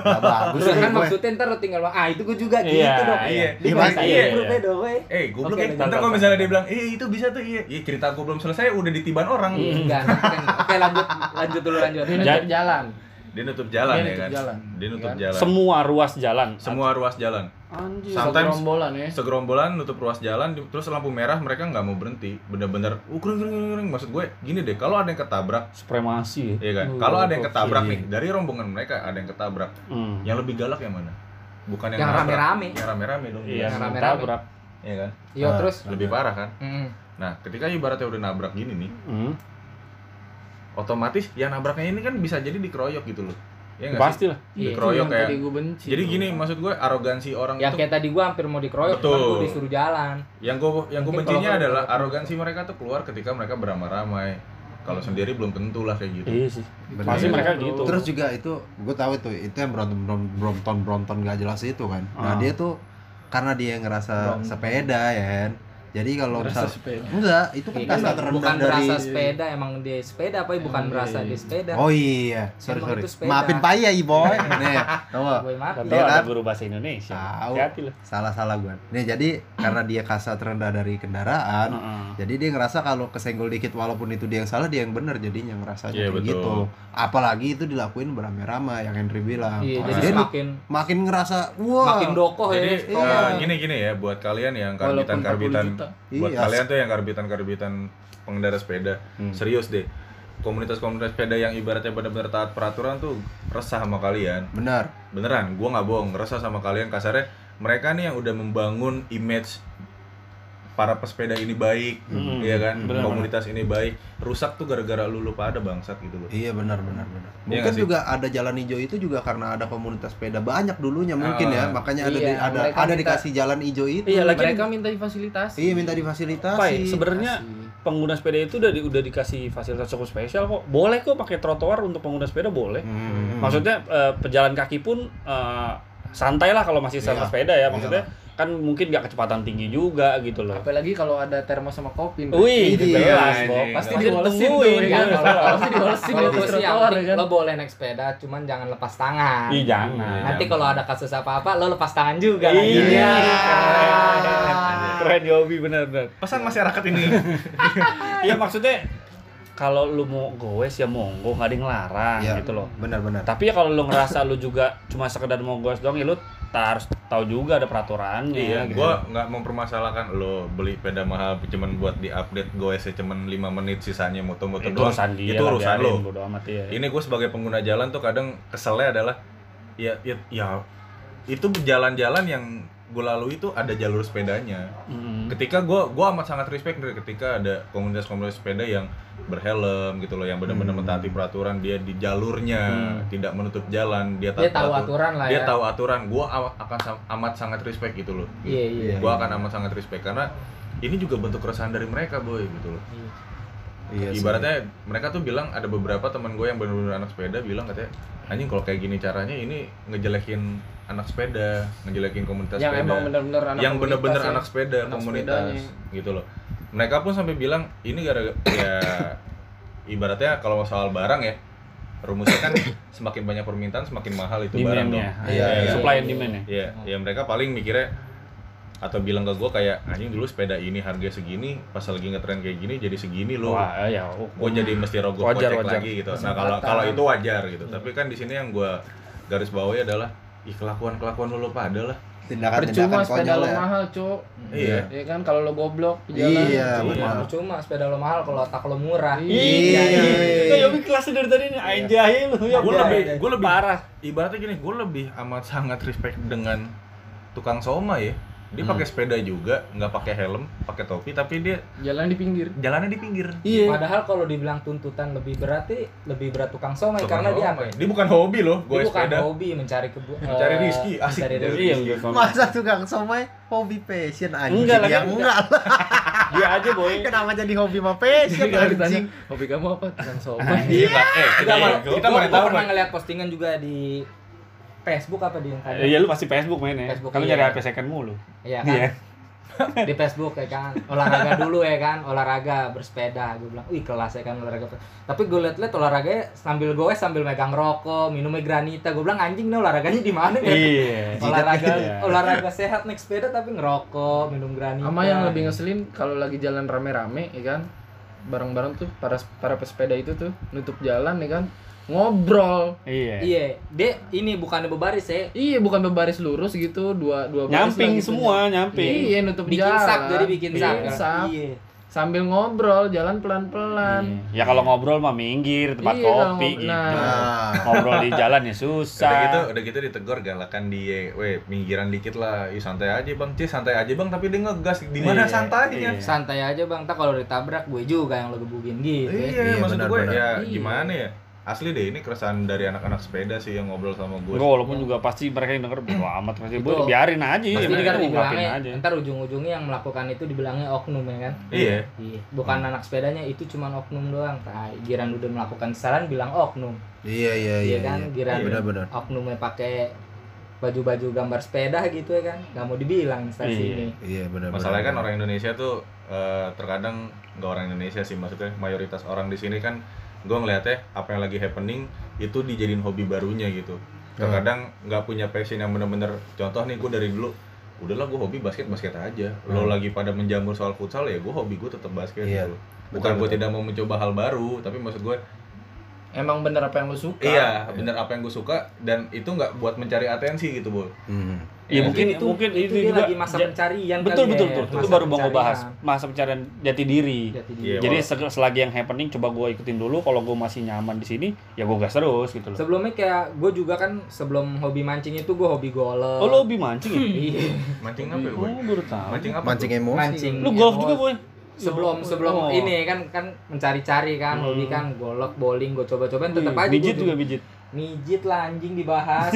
A: Nggak bagus
E: Terus
A: nih
E: kan
A: gue.
E: maksudnya ntar lu tinggal bilang, ah itu gue juga gitu
B: Iya,
E: dong.
B: iya.
E: Dia
A: Iya,
E: bahasa
A: iya,
E: iya,
B: iya.
E: dong, weh.
C: Eh gue belum
E: Oke,
C: ya.
E: lanjut,
C: Ntar kalau
B: lanjut.
C: misalnya dia bilang, eh itu bisa tuh iya. Iya cerita gue belum selesai udah ditiban orang.
E: Iya, enggak, nanti kan. Oke lanjut, lanjut dulu lanjut.
D: Dia
B: Ja-
D: nutup jalan.
C: Dia nutup jalan
D: Dia
C: ya
D: nutup
C: kan.
D: jalan.
C: Dia nutup
D: Kan?
C: jalan.
B: Semua ruas jalan.
C: Semua ruas jalan.
B: Anjir.
C: Sa- Sometimes-
D: Segerombolan ya.
C: segerombolan nutup ruas jalan di- terus lampu merah mereka nggak mau berhenti bener-bener uh kering, kering, kering, kering. maksud gue gini deh kalau ada yang ketabrak
B: Supremasi.
C: Iya kan?
B: Uh,
C: Kalau ada yang ketabrak
B: gokil.
C: nih, dari rombongan mereka ada yang ketabrak.
B: Hmm.
C: Yang lebih galak yang mana? Bukan yang,
E: Yang
C: nabrak.
E: rame-rame.
C: Yang rame-rame dong.
B: Iya,
E: Yang
C: jelas.
E: rame-rame.
B: ketabrak.
C: Iya kan?
E: Yo
A: Ah.
E: terus.
C: Lebih parah kan?
E: Mm.
C: Nah, ketika ibaratnya udah nabrak gini nih,
B: Hmm.
C: otomatis yang nabraknya ini kan bisa jadi dikeroyok gitu loh. Iya nggak sih?
B: Pasti lah.
E: Iya.
C: Dikeroyok
D: Itu yang
C: kayak-
D: tadi gue benci.
C: Jadi
D: tuh.
C: gini, maksud gue arogansi orang
E: Yang
C: itu
E: kayak tadi gua hampir mau dikeroyok, cuman
C: Betul.
E: gua disuruh jalan.
C: yang gue yang gue
E: Mungkin
C: bencinya
E: kalau-
C: adalah
E: kalau-
C: arogansi mereka tuh keluar ketika mereka beramai-ramai. Kalau sendiri belum tentu lah kayak gitu.
B: Iya sih.
A: Bener.
B: Pasti mereka gitu.
A: Terus juga itu gue tahu itu itu yang Brompton Brom- Brompton Brompton gak jelas itu kan.
B: Ah.
A: Nah dia tuh karena dia ngerasa
D: Brompton.
A: sepeda ya kan. Jadi kalau
D: Ngerasa
A: misal
D: sepeda.
A: enggak itu kan
E: Iya, kan?
A: kasta terendah
E: bukan
A: dari
E: berasa sepeda, emang dia sepeda apa ya? Bukan
D: Emang
E: berasa
D: dia-
E: dia sepeda.
A: Oh iya, sorry
E: Emang
A: sorry.
E: itu sepeda.
A: Maafin payah i boy. Nih, tahu
E: Boy maaf.
B: Atau
A: Iya
B: ada
A: kan?
B: guru bahasa Indonesia.
A: Tahu.
B: Hati-hati lah.
A: salah salah gue. Nih jadi karena dia kasta terendah dari kendaraan,
B: Heeh.
A: Jadi dia ngerasa kalau kesenggol dikit walaupun itu dia yang salah dia yang benar jadinya ngerasa
C: Iya, betul.
A: gitu. Apalagi itu dilakuin beramai-ramai yang Henry bilang.
E: Iya,
A: Nah,
E: jadi
A: dia
E: makin
A: makin ngerasa wah.
E: makin dokoh
C: Jadi
E: ya.
A: iya.
C: eh, gini-gini ya buat kalian yang
D: Walaupun gitu. 40
C: karbitan-karbitan
D: juta.
C: buat
A: Iya.
C: kalian tuh yang karbitan-karbitan pengendara sepeda
A: Hmm.
C: serius deh komunitas-komunitas sepeda yang ibaratnya benar-benar taat peraturan tuh resah sama kalian
A: Benar.
C: beneran gua nggak bohong resah sama kalian kasarnya mereka nih yang udah membangun image para pesepeda ini baik
B: Hmm.
C: iya kan
B: Benar,
C: komunitas ini baik rusak tuh gara-gara lu lupa ada bangsat gitu loh
A: Iya benar benar benar.
C: Iya
A: Mungkin
C: nggak sih?
A: juga ada jalan hijau itu juga karena ada komunitas sepeda banyak dulunya mungkin
C: Ah,
A: ya. Makanya ada
E: iya,
A: di- ada
E: mereka
A: ada
E: minta-
A: dikasih jalan hijau itu.
B: Iya, lagi
D: Mereka minta difasilitasi.
A: Iya minta difasilitasi.
B: apa ya? Sebenarnya pengguna sepeda itu udah di- udah dikasih fasilitas cukup spesial kok. Boleh kok pakai trotoar untuk pengguna sepeda boleh.
A: Hmm.
B: Maksudnya eh, pejalan kaki pun eh, santai lah kalau masih sama
A: Iya.
B: sepeda ya. Maksudnya kan mungkin nggak kecepatan tinggi juga gitu loh.
D: Apalagi kalau ada termos sama kopi. gitu. Ndra.
B: Wih,
A: Iya,
B: jelas, Bob.
C: iya, iya.
B: Pasti
D: Pasti diolesin tuh,
B: ditungguin
D: ya.
B: kan.
D: Pasti diolesin
E: Kalau
D: ya,
E: gue
D: terus
E: sih yang
D: trotoar,
E: penting
D: ya kan?
E: lo boleh naik sepeda, cuman jangan lepas tangan.
B: Ih, jangan.
E: Nanti kalau ada kasus apa-apa, lo lepas tangan Iya. juga. kan.
B: Iya.
E: Iya.
B: Keren Yobi benar-benar.
C: pesan masyarakat ini
B: Iya maksudnya kalau lu mau goes ya monggo nggak ada yang larang
A: Iya.
B: gitu loh.
A: benar benar.
B: Tapi ya kalau lu ngerasa lu juga cuma sekedar mau goes doang ya lu ta- harus tahu juga ada peraturannya.
C: Iya,
B: gitu.
C: gua nggak mempermasalahkan lo beli sepeda mahal cuman buat diupdate gue cuman 5 menit sisanya moto-moto
B: itu
C: doang.
B: urusan dia.
C: itu
B: lah,
C: urusan lo.
B: biarin, bodo amat ya.
C: Ini gue sebagai pengguna jalan tuh kadang keselnya adalah ya ya, ya itu jalan-jalan yang gue lalui itu ada jalur sepedanya.
B: Mm.
C: Ketika gue gua amat sangat respect dari ketika ada komunitas-komunitas sepeda yang berhelm gitu loh yang benar-benar
A: Hmm.
C: mentaati peraturan dia di jalurnya
B: Hmm.
C: tidak menutup jalan dia tahu
E: Dia tahu
C: peraturan.
E: aturan lah
C: dia
E: ya.
C: tahu aturan gue akan sam- amat sangat respect gitu loh
E: Iya, iya.
A: Iya.
C: gue akan amat sangat respect karena ini juga bentuk keresahan dari mereka boy gitu loh
A: Iya sih.
C: Ibaratnya mereka tuh bilang ada beberapa teman gue yang bener-bener anak sepeda bilang katanya anjing kalau kayak gini caranya ini ngejelekin anak sepeda, ngejelekin komunitas
E: yang
C: sepeda.
E: emang bener-bener anak
C: yang bener-bener
E: komunitas ya.
C: anak sepeda
E: Anak
C: komunitas
E: sepedanya.
C: gitu loh. Mereka pun sampai bilang ini gara-gara ya ibaratnya kalau soal barang ya rumusnya kan semakin banyak permintaan semakin mahal itu barang dong.
B: demand-nya. Ah,
A: Iya,
C: iya.
B: Supply and demand-nya.
C: Iya, ya mereka paling mikirnya atau bilang ke gue kayak anjing dulu sepeda ini harga segini, pas lagi ngetren kayak gini jadi segini loh.
B: Wah, ya. oh,
C: Gue jadi mesti rogoh
F: Wajar,
C: kocek
F: wajar.
C: lagi gitu. Nah kalau kalau itu wajar gitu.
E: Iya.
C: Tapi kan di sini yang gue garis bawahi adalah ih kelakuan kelakuan lu lupa adalah.
A: Tindakan-tindakan
E: percuma sepeda
A: konyol
E: lo
A: ya.
E: mahal cuk
C: Iya.
E: ya kan kalau lo goblok di jalan
A: Iya,
E: percuma,
A: benar.
E: percuma sepeda lo mahal kalau otak lo murah
A: Iya.
B: Itu Yobi kelasnya dari tadi nih, aing jahil lu ya.
C: Gue
B: Bang.
C: lebih gue lebih
B: parah.
C: ibaratnya gini gue lebih amat sangat respect dengan tukang soma ya. Dia pakai sepeda juga, nggak pakai helm, pakai topi, tapi dia
E: jalan di pinggir
C: jalannya di pinggir.
E: Padahal kalau dibilang tuntutan lebih berat sih lebih berat tukang somai
C: Tukang
E: karena dia
C: somai.
E: apa? ya?
C: Dia bukan hobi loh,
E: Dia
C: gue
E: bukan
C: sepeda.
E: hobi mencari kebu
C: Mencari
E: eh,
C: rizki, asik.
E: mencari
C: Mencari
E: rizki.
B: Iya, Yobi.
A: Masa tukang somai hobi passion anjing?
B: Enggak lah,
A: ya,
B: kan
A: enggak lah.
B: Dia aja boy.
A: Kenapa jadi hobi sama passion
D: Jadi kalau ditanya
A: anjing?
D: hobi kamu apa tentang somai
C: Iya, Pak. eh, kita,
E: Enggak, Bang.
C: mau- kita
E: Gua-
C: mau
E: gua
C: tahu
E: pernah
C: Pak.
E: ngeliat postingan juga di Facebook apa di Instagram?
B: Iya, lu pasti Facebook mainnya.
E: Facebook,
B: Kalau
E: iya.
B: nyari HP second mulu.
E: Iya kan?
B: Iya.
E: di Facebook ya kan olahraga dulu ya kan olahraga bersepeda gue bilang wih kelas ya kan olahraga tapi gue liat-liat olahraganya sambil goes sambil megang rokok minumnya granita gue bilang anjing nih olahraganya di mana nih
B: Iya.
E: olahraga
B: Iya.
E: olahraga sehat naik sepeda tapi ngerokok minum granita
D: sama yang lebih ngeselin kalau lagi jalan rame-rame ya kan bareng-bareng tuh para para pesepeda itu tuh nutup jalan ya kan ngobrol
B: Iya.
E: iya dia ini bukannya berbaris ya
D: iya bukan berbaris lurus gitu dua dua baris
B: Nyamping
D: lah gitu.
B: semua, nyamping.
D: iya nutup
E: bikin
D: jalan
E: sak jadi bikin sak kan?
D: sak.
E: iya
D: sambil ngobrol jalan pelan-pelan
B: Ya kalau ngobrol mah minggir tempat
D: Iya, kalau
B: kopi
D: ngob-
B: gitu.
A: Nah.
B: Ngobrol di jalan ya
C: Udah gitu,
B: susah.
C: udah gitu ditegur galakan dia. Weh, pinggiran dikit lah. Ih, santai aja, Bang. Cie, santai aja, Bang. Tapi dia ngegas. Di
B: Iya,
C: mana
B: iya.
C: santainya?
E: santai aja bang tak kalau ditabrak gue juga yang lo gebugin gitu ya.
C: Iya,
A: Iya,
C: maksud
A: benar,
C: gue
A: benar.
C: ya
D: Iya.
C: gimana ya? Asli deh ini keresahan dari anak-anak sepeda sih yang ngobrol sama gue.
B: Enggak, walaupun juga pasti mereka yang denger bodo amat pasti
E: Itu-
B: bodo biarin aja ya,
E: Pasti
B: mereka
E: kan
B: mau ngapain
E: dibilangnya,
B: aja.
E: ntar ujung-ujungnya yang melakukan itu dibilangnya oknum ya kan?
C: Iya.
E: Iya,
B: Hmm.
E: bukan anak sepedanya itu cuman oknum doang. Tai, giran udah melakukan kesalahan bilang oknum.
A: Iya iya
E: Iya
A: iya.
E: kan,
A: iya.
E: Giran.
A: Iya, benar-benar.
E: Oknumnya pakai baju-baju gambar sepeda gitu ya kan. Gak mau dibilang instansi
B: Iya.
E: ini.
A: Iya benar-benar.
C: Masalahnya kan orang Indonesia tuh eh, terkadang nggak orang Indonesia sih maksudnya mayoritas orang di sini kan gue ngeliatnya apa yang lagi happening itu dijadiin hobi barunya gitu. Terkadang nggak punya passion yang bener-bener contoh nih gue dari dulu udahlah gue hobi basket basket aja. Lo lagi pada menjamur soal futsal ya gue hobi gue tetap basket.
A: Hmm. Iya.
C: gitu. Bukan
A: Betul, Ah,
C: gue
A: betul.
C: tidak mau mencoba hal baru tapi maksud gue
D: emang bener apa yang lo suka
C: iya bener apa yang gue suka dan itu nggak buat mencari atensi gitu bu.
A: Hmm.
B: Ya
C: Iya,
B: mungkin
E: itu-
B: mungkin itu,
E: Itu, dia
B: juga
E: lagi masa
B: ja-
E: pencarian
B: betul
E: kali
B: betul
E: ya,
B: betul. Itu
E: masa
B: baru mau
E: pencarian. Ya,
B: bahas masa pencarian jati diri.
E: Jati diri.
C: Iya,
B: Jadi se- selagi yang happening coba gue ikutin dulu. Kalau gue masih nyaman di sini, ya gue gas terus gitu loh.
E: Sebelumnya kayak gue juga kan sebelum hobi mancing itu gue hobi golf.
B: Oh lo lebih mancing ya?
E: Iya,
C: Mancing apa ya
B: Oh
C: gue?
B: baru tahu.
C: Mancing apa?
A: Mancing emosi.
E: mancing.
B: Lu golf
E: Ya,
B: juga boy?
E: sebelum
B: Oh.
E: sebelum ini kan kan mencari-cari kan
B: Hmm.
E: hobi kan golok bowling gue coba-cobain
B: Wih,
E: tetap aja
B: Bijit
E: gua-
B: juga bijit.
E: mijit lah anjing dibahas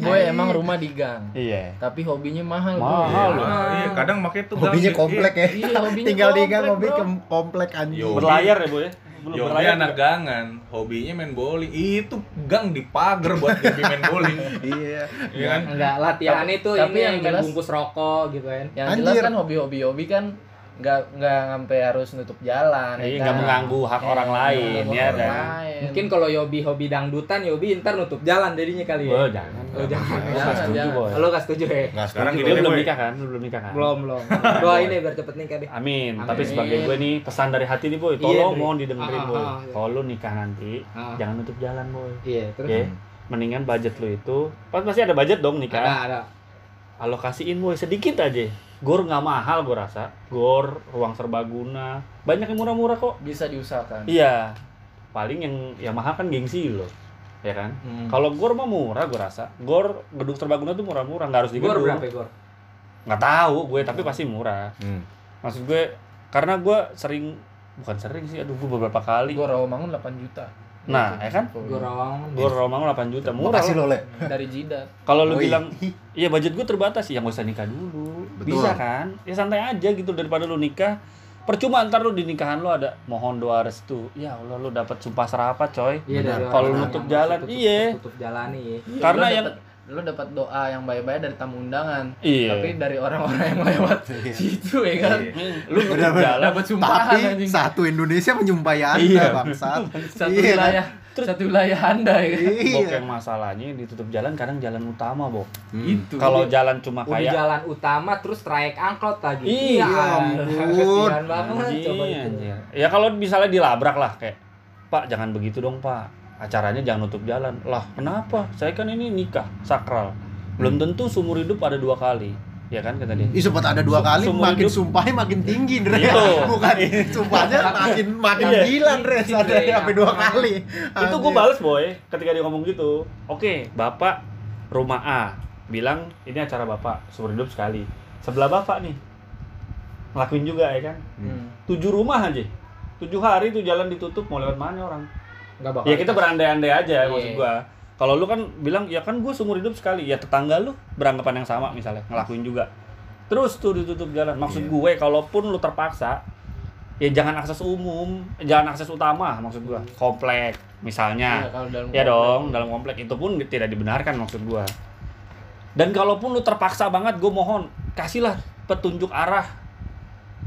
D: Boy emang rumah di gang
B: Iya.
D: tapi hobinya mahal Boy.
B: Mahal loh.
C: Ah, iya, kadang makanya tuh
A: Hobinya
C: gang-
A: komplek ya.
D: Iya, hobinya
A: Tinggal di gang
D: komplek,
A: hobi
D: bro.
A: kem- komplek anjing.
C: Yo. iya.
B: Berlayar ya boy? ya? Belum
C: Yo,
B: berlayar
C: dia anak
B: juga.
C: gangan, hobinya main bowling. Itu gang di pagar buat hobi main bowling.
A: Iya.
C: Iya kan?
E: enggak latihan itu
D: tapi
E: ini
D: yang
E: yang
D: jelas-
E: bungkus rokok gitu kan
D: yang
A: Anjir.
D: jelas kan hobi-hobi hobi kan nggak nggak sampai harus nutup jalan kan?
B: Iya, nggak mengganggu hak
D: Eh,
E: iya,
B: orang
D: nggak
B: lain,
D: mengganggu
B: ya
D: orang
B: kan?
D: lain.
E: mungkin kalau Yobi hobi dangdutan Yobi ntar nutup jalan jadinya kali ya
B: Oh jangan.
E: oh jangan
D: Jangan,
B: Gua nggak setuju
D: jangan.
B: boy.
E: lo gak setuju ya
A: Enggak
C: Sekarang
B: Dia
C: gini deh,
B: belum
C: Boy.
B: nikah kan? Lu belum nikah kan?
E: belum belum doain deh biar cepet nikah deh
B: Amin.
E: Amin.
B: Tapi sebagai gue nih pesan dari hati nih boy,
E: Iya,
B: tolong
E: Dri.
B: mohon didengerin
E: Ah,
B: boy.
E: ah, iya.
B: Kalau lu nikah nanti,
E: Ah.
B: jangan nutup jalan boy.
E: iya terus
B: Ya, mendingan budget lu itu, pas pasti ada budget dong
E: ada
B: nikah.
E: ada
B: Alokasiin boy sedikit aja. Gor nggak mahal gue rasa. Gor, ruang serbaguna, banyak yang murah-murah kok.
D: bisa diusahakan
B: Iya. Paling yang yang mahal kan gengsi lo. Ya kan?
D: Hmm.
B: Kalau gor mah murah gue rasa. Gor gedung serbaguna tuh murah-murah, nggak harus di
E: gor
B: gedung.
E: berapa ya, gor
B: Nggak tahu gue, tapi pasti murah.
A: Hmm.
B: Maksud gue karena gue sering bukan sering sih, aduh gue beberapa kali.
D: gua rawamangun 8 juta
B: Nah, ya kan?
E: gor awang
B: Gor Romangun 8 juta murah.
A: Makasih
B: loh.
A: lo, Le.
D: dari jidat
B: Kalau lu
A: Oi.
B: bilang iya budget gue terbatas ya nggak usah nikah dulu.
A: Betul.
B: Bisa kan? Ya santai aja gitu daripada lu nikah percuma ntar lu di nikahan lu ada mohon doa restu ya Allah lu dapat sumpah serapah coy
E: Iya,
A: Benar,
E: dari
A: kalau
E: orang-orang
B: nutup
E: yang
B: jalan,
E: tutup-
B: iya.
E: Tutup jalan iya.
B: karena
D: Lu
B: yang
D: dapet- lu dapat doa yang baik-baik dari tamu undangan
B: iya
D: tapi dari orang-orang yang lewat
A: Iya.
D: situ ya kan
C: Iya.
B: lu nutup
A: Benar-benar.
B: jalan
D: dapat sumpahan
A: Tapi
D: anjing
A: satu Indonesia menyumpahi Anda,
B: Iya.
A: bangsat.
D: satu
A: Iya, kan?
D: wilayah satu wilayah anda ya kan
B: Bok
A: Iya.
B: yang masalahnya ditutup jalan kadang jalan utama, Bok.
A: Hmm.
D: itu
B: Kalau jalan cuma
E: Udah
B: kayak
E: jalan utama terus trayek angkot lagi.
B: Iya,
E: ampun. Kesian banget
B: Anjing,
E: coba gitu. itu.
B: anjing. Ya kalau misalnya dilabrak lah kayak, "Pak, jangan begitu dong, Pak. Acaranya jangan nutup jalan." Lah, kenapa? Saya kan ini nikah sakral. Belum tentu seumur hidup ada dua kali. Ya kan kata dia.
A: Ih, sempat ada dua
B: Sum-
A: kali
B: sumur
A: makin
B: hidup.
A: sumpahnya makin tinggi, Dre.
B: Itu.
A: Bukan sumpahnya makin makin
B: Iya.
A: gila, Dre.
E: Iya.
A: Ada yang sampai dua kali.
B: Itu gue bales boy ketika dia ngomong gitu. Oke, bapak rumah A bilang ini acara bapak seumur hidup sekali. Sebelah bapak nih ngelakuin juga ya kan.
D: Hmm.
B: Tujuh rumah aja. Tujuh hari tuh jalan ditutup mau lewat mana orang.
E: Enggak bakal.
B: Ya kita berandai-andai aja
E: Iya.
B: maksud gua. Kalau lu kan bilang ya kan gue seumur hidup sekali, ya tetangga lu beranggapan yang sama misalnya ngelakuin juga. Terus tuh ditutup jalan. Maksud
A: Iya.
B: gue kalaupun lu terpaksa ya jangan akses umum, jangan akses utama maksud gua. Komplek
D: Iya,
B: misalnya.
D: kalau dalam
B: Ya dong, dalam komplek itu pun tidak dibenarkan maksud gua. Dan kalaupun lu terpaksa banget, gue mohon kasihlah petunjuk arah.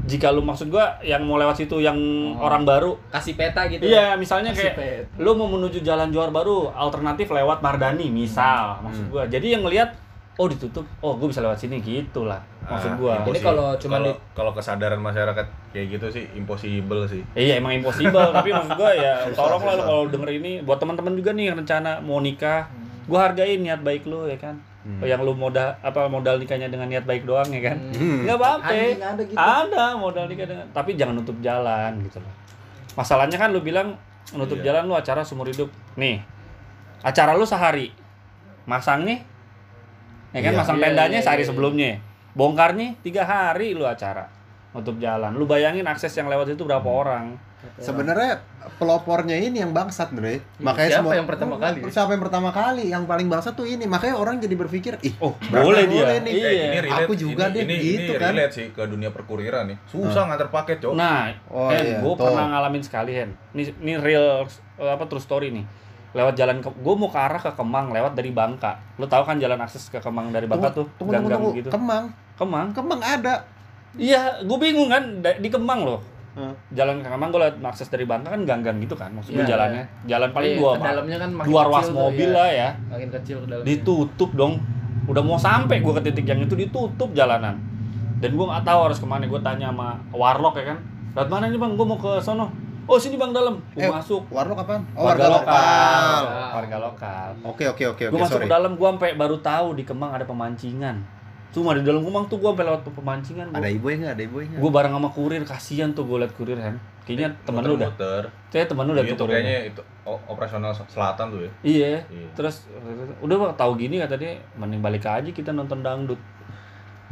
B: Jika lu maksud gua yang mau lewat situ yang
E: Oh.
B: orang baru,
E: kasih peta gitu.
B: iya misalnya
D: Kasih
B: kayak
D: pet.
B: lu mau menuju jalan Johar Baru alternatif lewat Mardani misal maksud
A: Hmm.
B: gua jadi yang ngelihat oh ditutup oh gue bisa lewat sini gitulah maksud
C: Ah,
B: gua
C: itu
E: Jadi
C: sih.
E: kalau cuma
C: kalau,
E: di-
C: kalau kesadaran masyarakat kayak gitu sih impossible sih.
B: iya emang impossible tapi maksud gua ya tolong lah lu
C: susah.
B: kalau denger ini buat teman-teman juga nih yang rencana mau nikah gua hargain niat baik lu ya kan yang lu modal apa modal nikahnya dengan niat baik doang ya kan
A: Hmm.
B: nggak apa-apa
E: Anjing ada gitu.
B: ada modal nikah dengan tapi jangan nutup jalan gitu loh masalahnya kan lu bilang nutup
C: Iya.
B: jalan lu acara seumur hidup nih acara lu sehari masang nih ya kan
A: Iya.
B: masang
D: Iya,
B: tendanya
D: iya,
B: sehari
D: iya.
B: sebelumnya bongkar nih tiga hari lu acara nutup jalan lu bayangin akses yang lewat itu berapa orang
D: gitu.
A: Sebenarnya pelopornya ini yang bangsat, Dre.
B: Iya,
D: siapa yang pertama
A: Oh,
D: kali?
A: Siapa yang pertama kali? Yang paling bangsat tuh ini. Makanya orang jadi berpikir, ih,
B: oh
A: berarti
B: boleh dia
A: boleh nih.
B: iya
C: Eh, ini relate,
A: Aku juga
C: ini,
A: deh,
C: ini,
A: gitu
C: ini
A: kan.
C: relate sih ke dunia perkuriran nih. Susah nganter paket, Cok.
B: nah
A: oh
B: Hen,
A: iya.
B: gue
A: tuh.
B: pernah ngalamin sekali Hen. Ini, ini real eh, apa true story nih. Lewat jalan ke, gue mau ke arah ke Kemang lewat dari Bangka. Lo tau kan jalan akses ke Kemang dari Bangka tuh
A: Tunggu, tunggu,
B: gang-gang
A: tunggu.
B: gitu.
A: Kemang.
B: Kemang?
A: Kemang ada.
B: Iya, gue bingung kan da- di Kemang loh.
A: Hmm.
B: Jalan ke Kemang gue lewat akses dari Bangka kan gang-gang gitu kan. Maksudnya
D: Iya.
B: jalannya, jalan paling
D: Iya,
B: dua
D: ke dalamnya kan makin
B: dua ruas
D: kecil tuh,
B: mobil
D: iya.
B: lah ya.
D: makin kecil ke dalamnya
B: Ditutup dong. Udah mau sampai gue ke titik yang itu ditutup jalanan. Dan gue nggak tahu harus kemana. Gue tanya sama warlock ya kan. Lewat mana nih bang? Gue mau ke sono. Oh sini bang dalam. Gue
A: Eh,
B: masuk.
A: Warlock apaan? Oh,
B: warga
A: warga
B: lokal.
A: lokal.
B: Warga lokal.
A: Oke, oke, oke,
B: Gue
A: oke.
B: masuk
A: Sorry.
B: ke dalam, gue sampai baru tahu di Kemang ada pemancingan. Cuma di dalam Kemang tuh gue sampai lewat pemancingan.
A: Ada ibu ya nggak? Ada ibu ya nggak?
B: Gue bareng sama kurir, kasihan tuh gue liat kurir kan. Kayaknya
C: Iya,
B: temen lu udah,
C: Muter-muter.
B: kayaknya temen lu udah
C: itu
B: tuh kurirnya.
C: Iya, kayaknya itu o- operasional selatan tuh ya.
B: Iya.
C: Iya.
B: Terus udah bang tahu gini kata dia, mending balik aja kita nonton dangdut.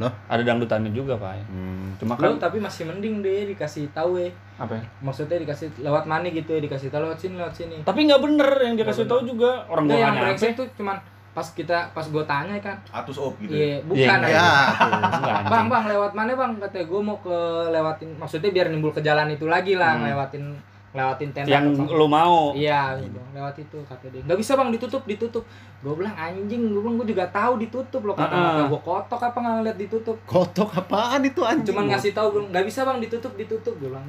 A: Loh?
B: Ada dangdutannya juga pak. ya.
A: Hmm.
B: Cuma
E: Lu
B: kan
E: tapi masih mending deh dikasih tahu ya.
B: apa? ya?
E: Maksudnya dikasih lewat mana gitu ya, dikasih tahu lewat sini, lewat sini.
B: Tapi nggak bener yang dia
E: Nggak
B: kasih
E: bener.
B: tahu juga orang gue
E: Enggak yang
B: nggak nyampe.
E: brengsek tuh cuman pas kita pas gue tanya kan.
C: Atus op gitu. ya.
E: Iya,
B: Iya,
E: bukan.
A: Ya.
E: aja.
B: Nggak, anjing.
E: Bang, bang lewat mana bang? Katanya gue mau ke lewatin, maksudnya biar nimbul ke jalan itu lagi lah,
B: Hmm.
E: lewatin lewatin tenda.
B: Yang lu
E: atau-
B: mau.
E: Iya, bang, lewat itu kata dia. Gak bisa bang ditutup, ditutup. Gue bilang anjing, gue bilang gue juga tahu ditutup loh kata
B: Heeh.
E: gue kotok apa nggak ngeliat ditutup.
A: Kotok apaan itu anjing?
E: Cuman ngasih tahu gue nggak bisa bang ditutup, ditutup. Gue bilang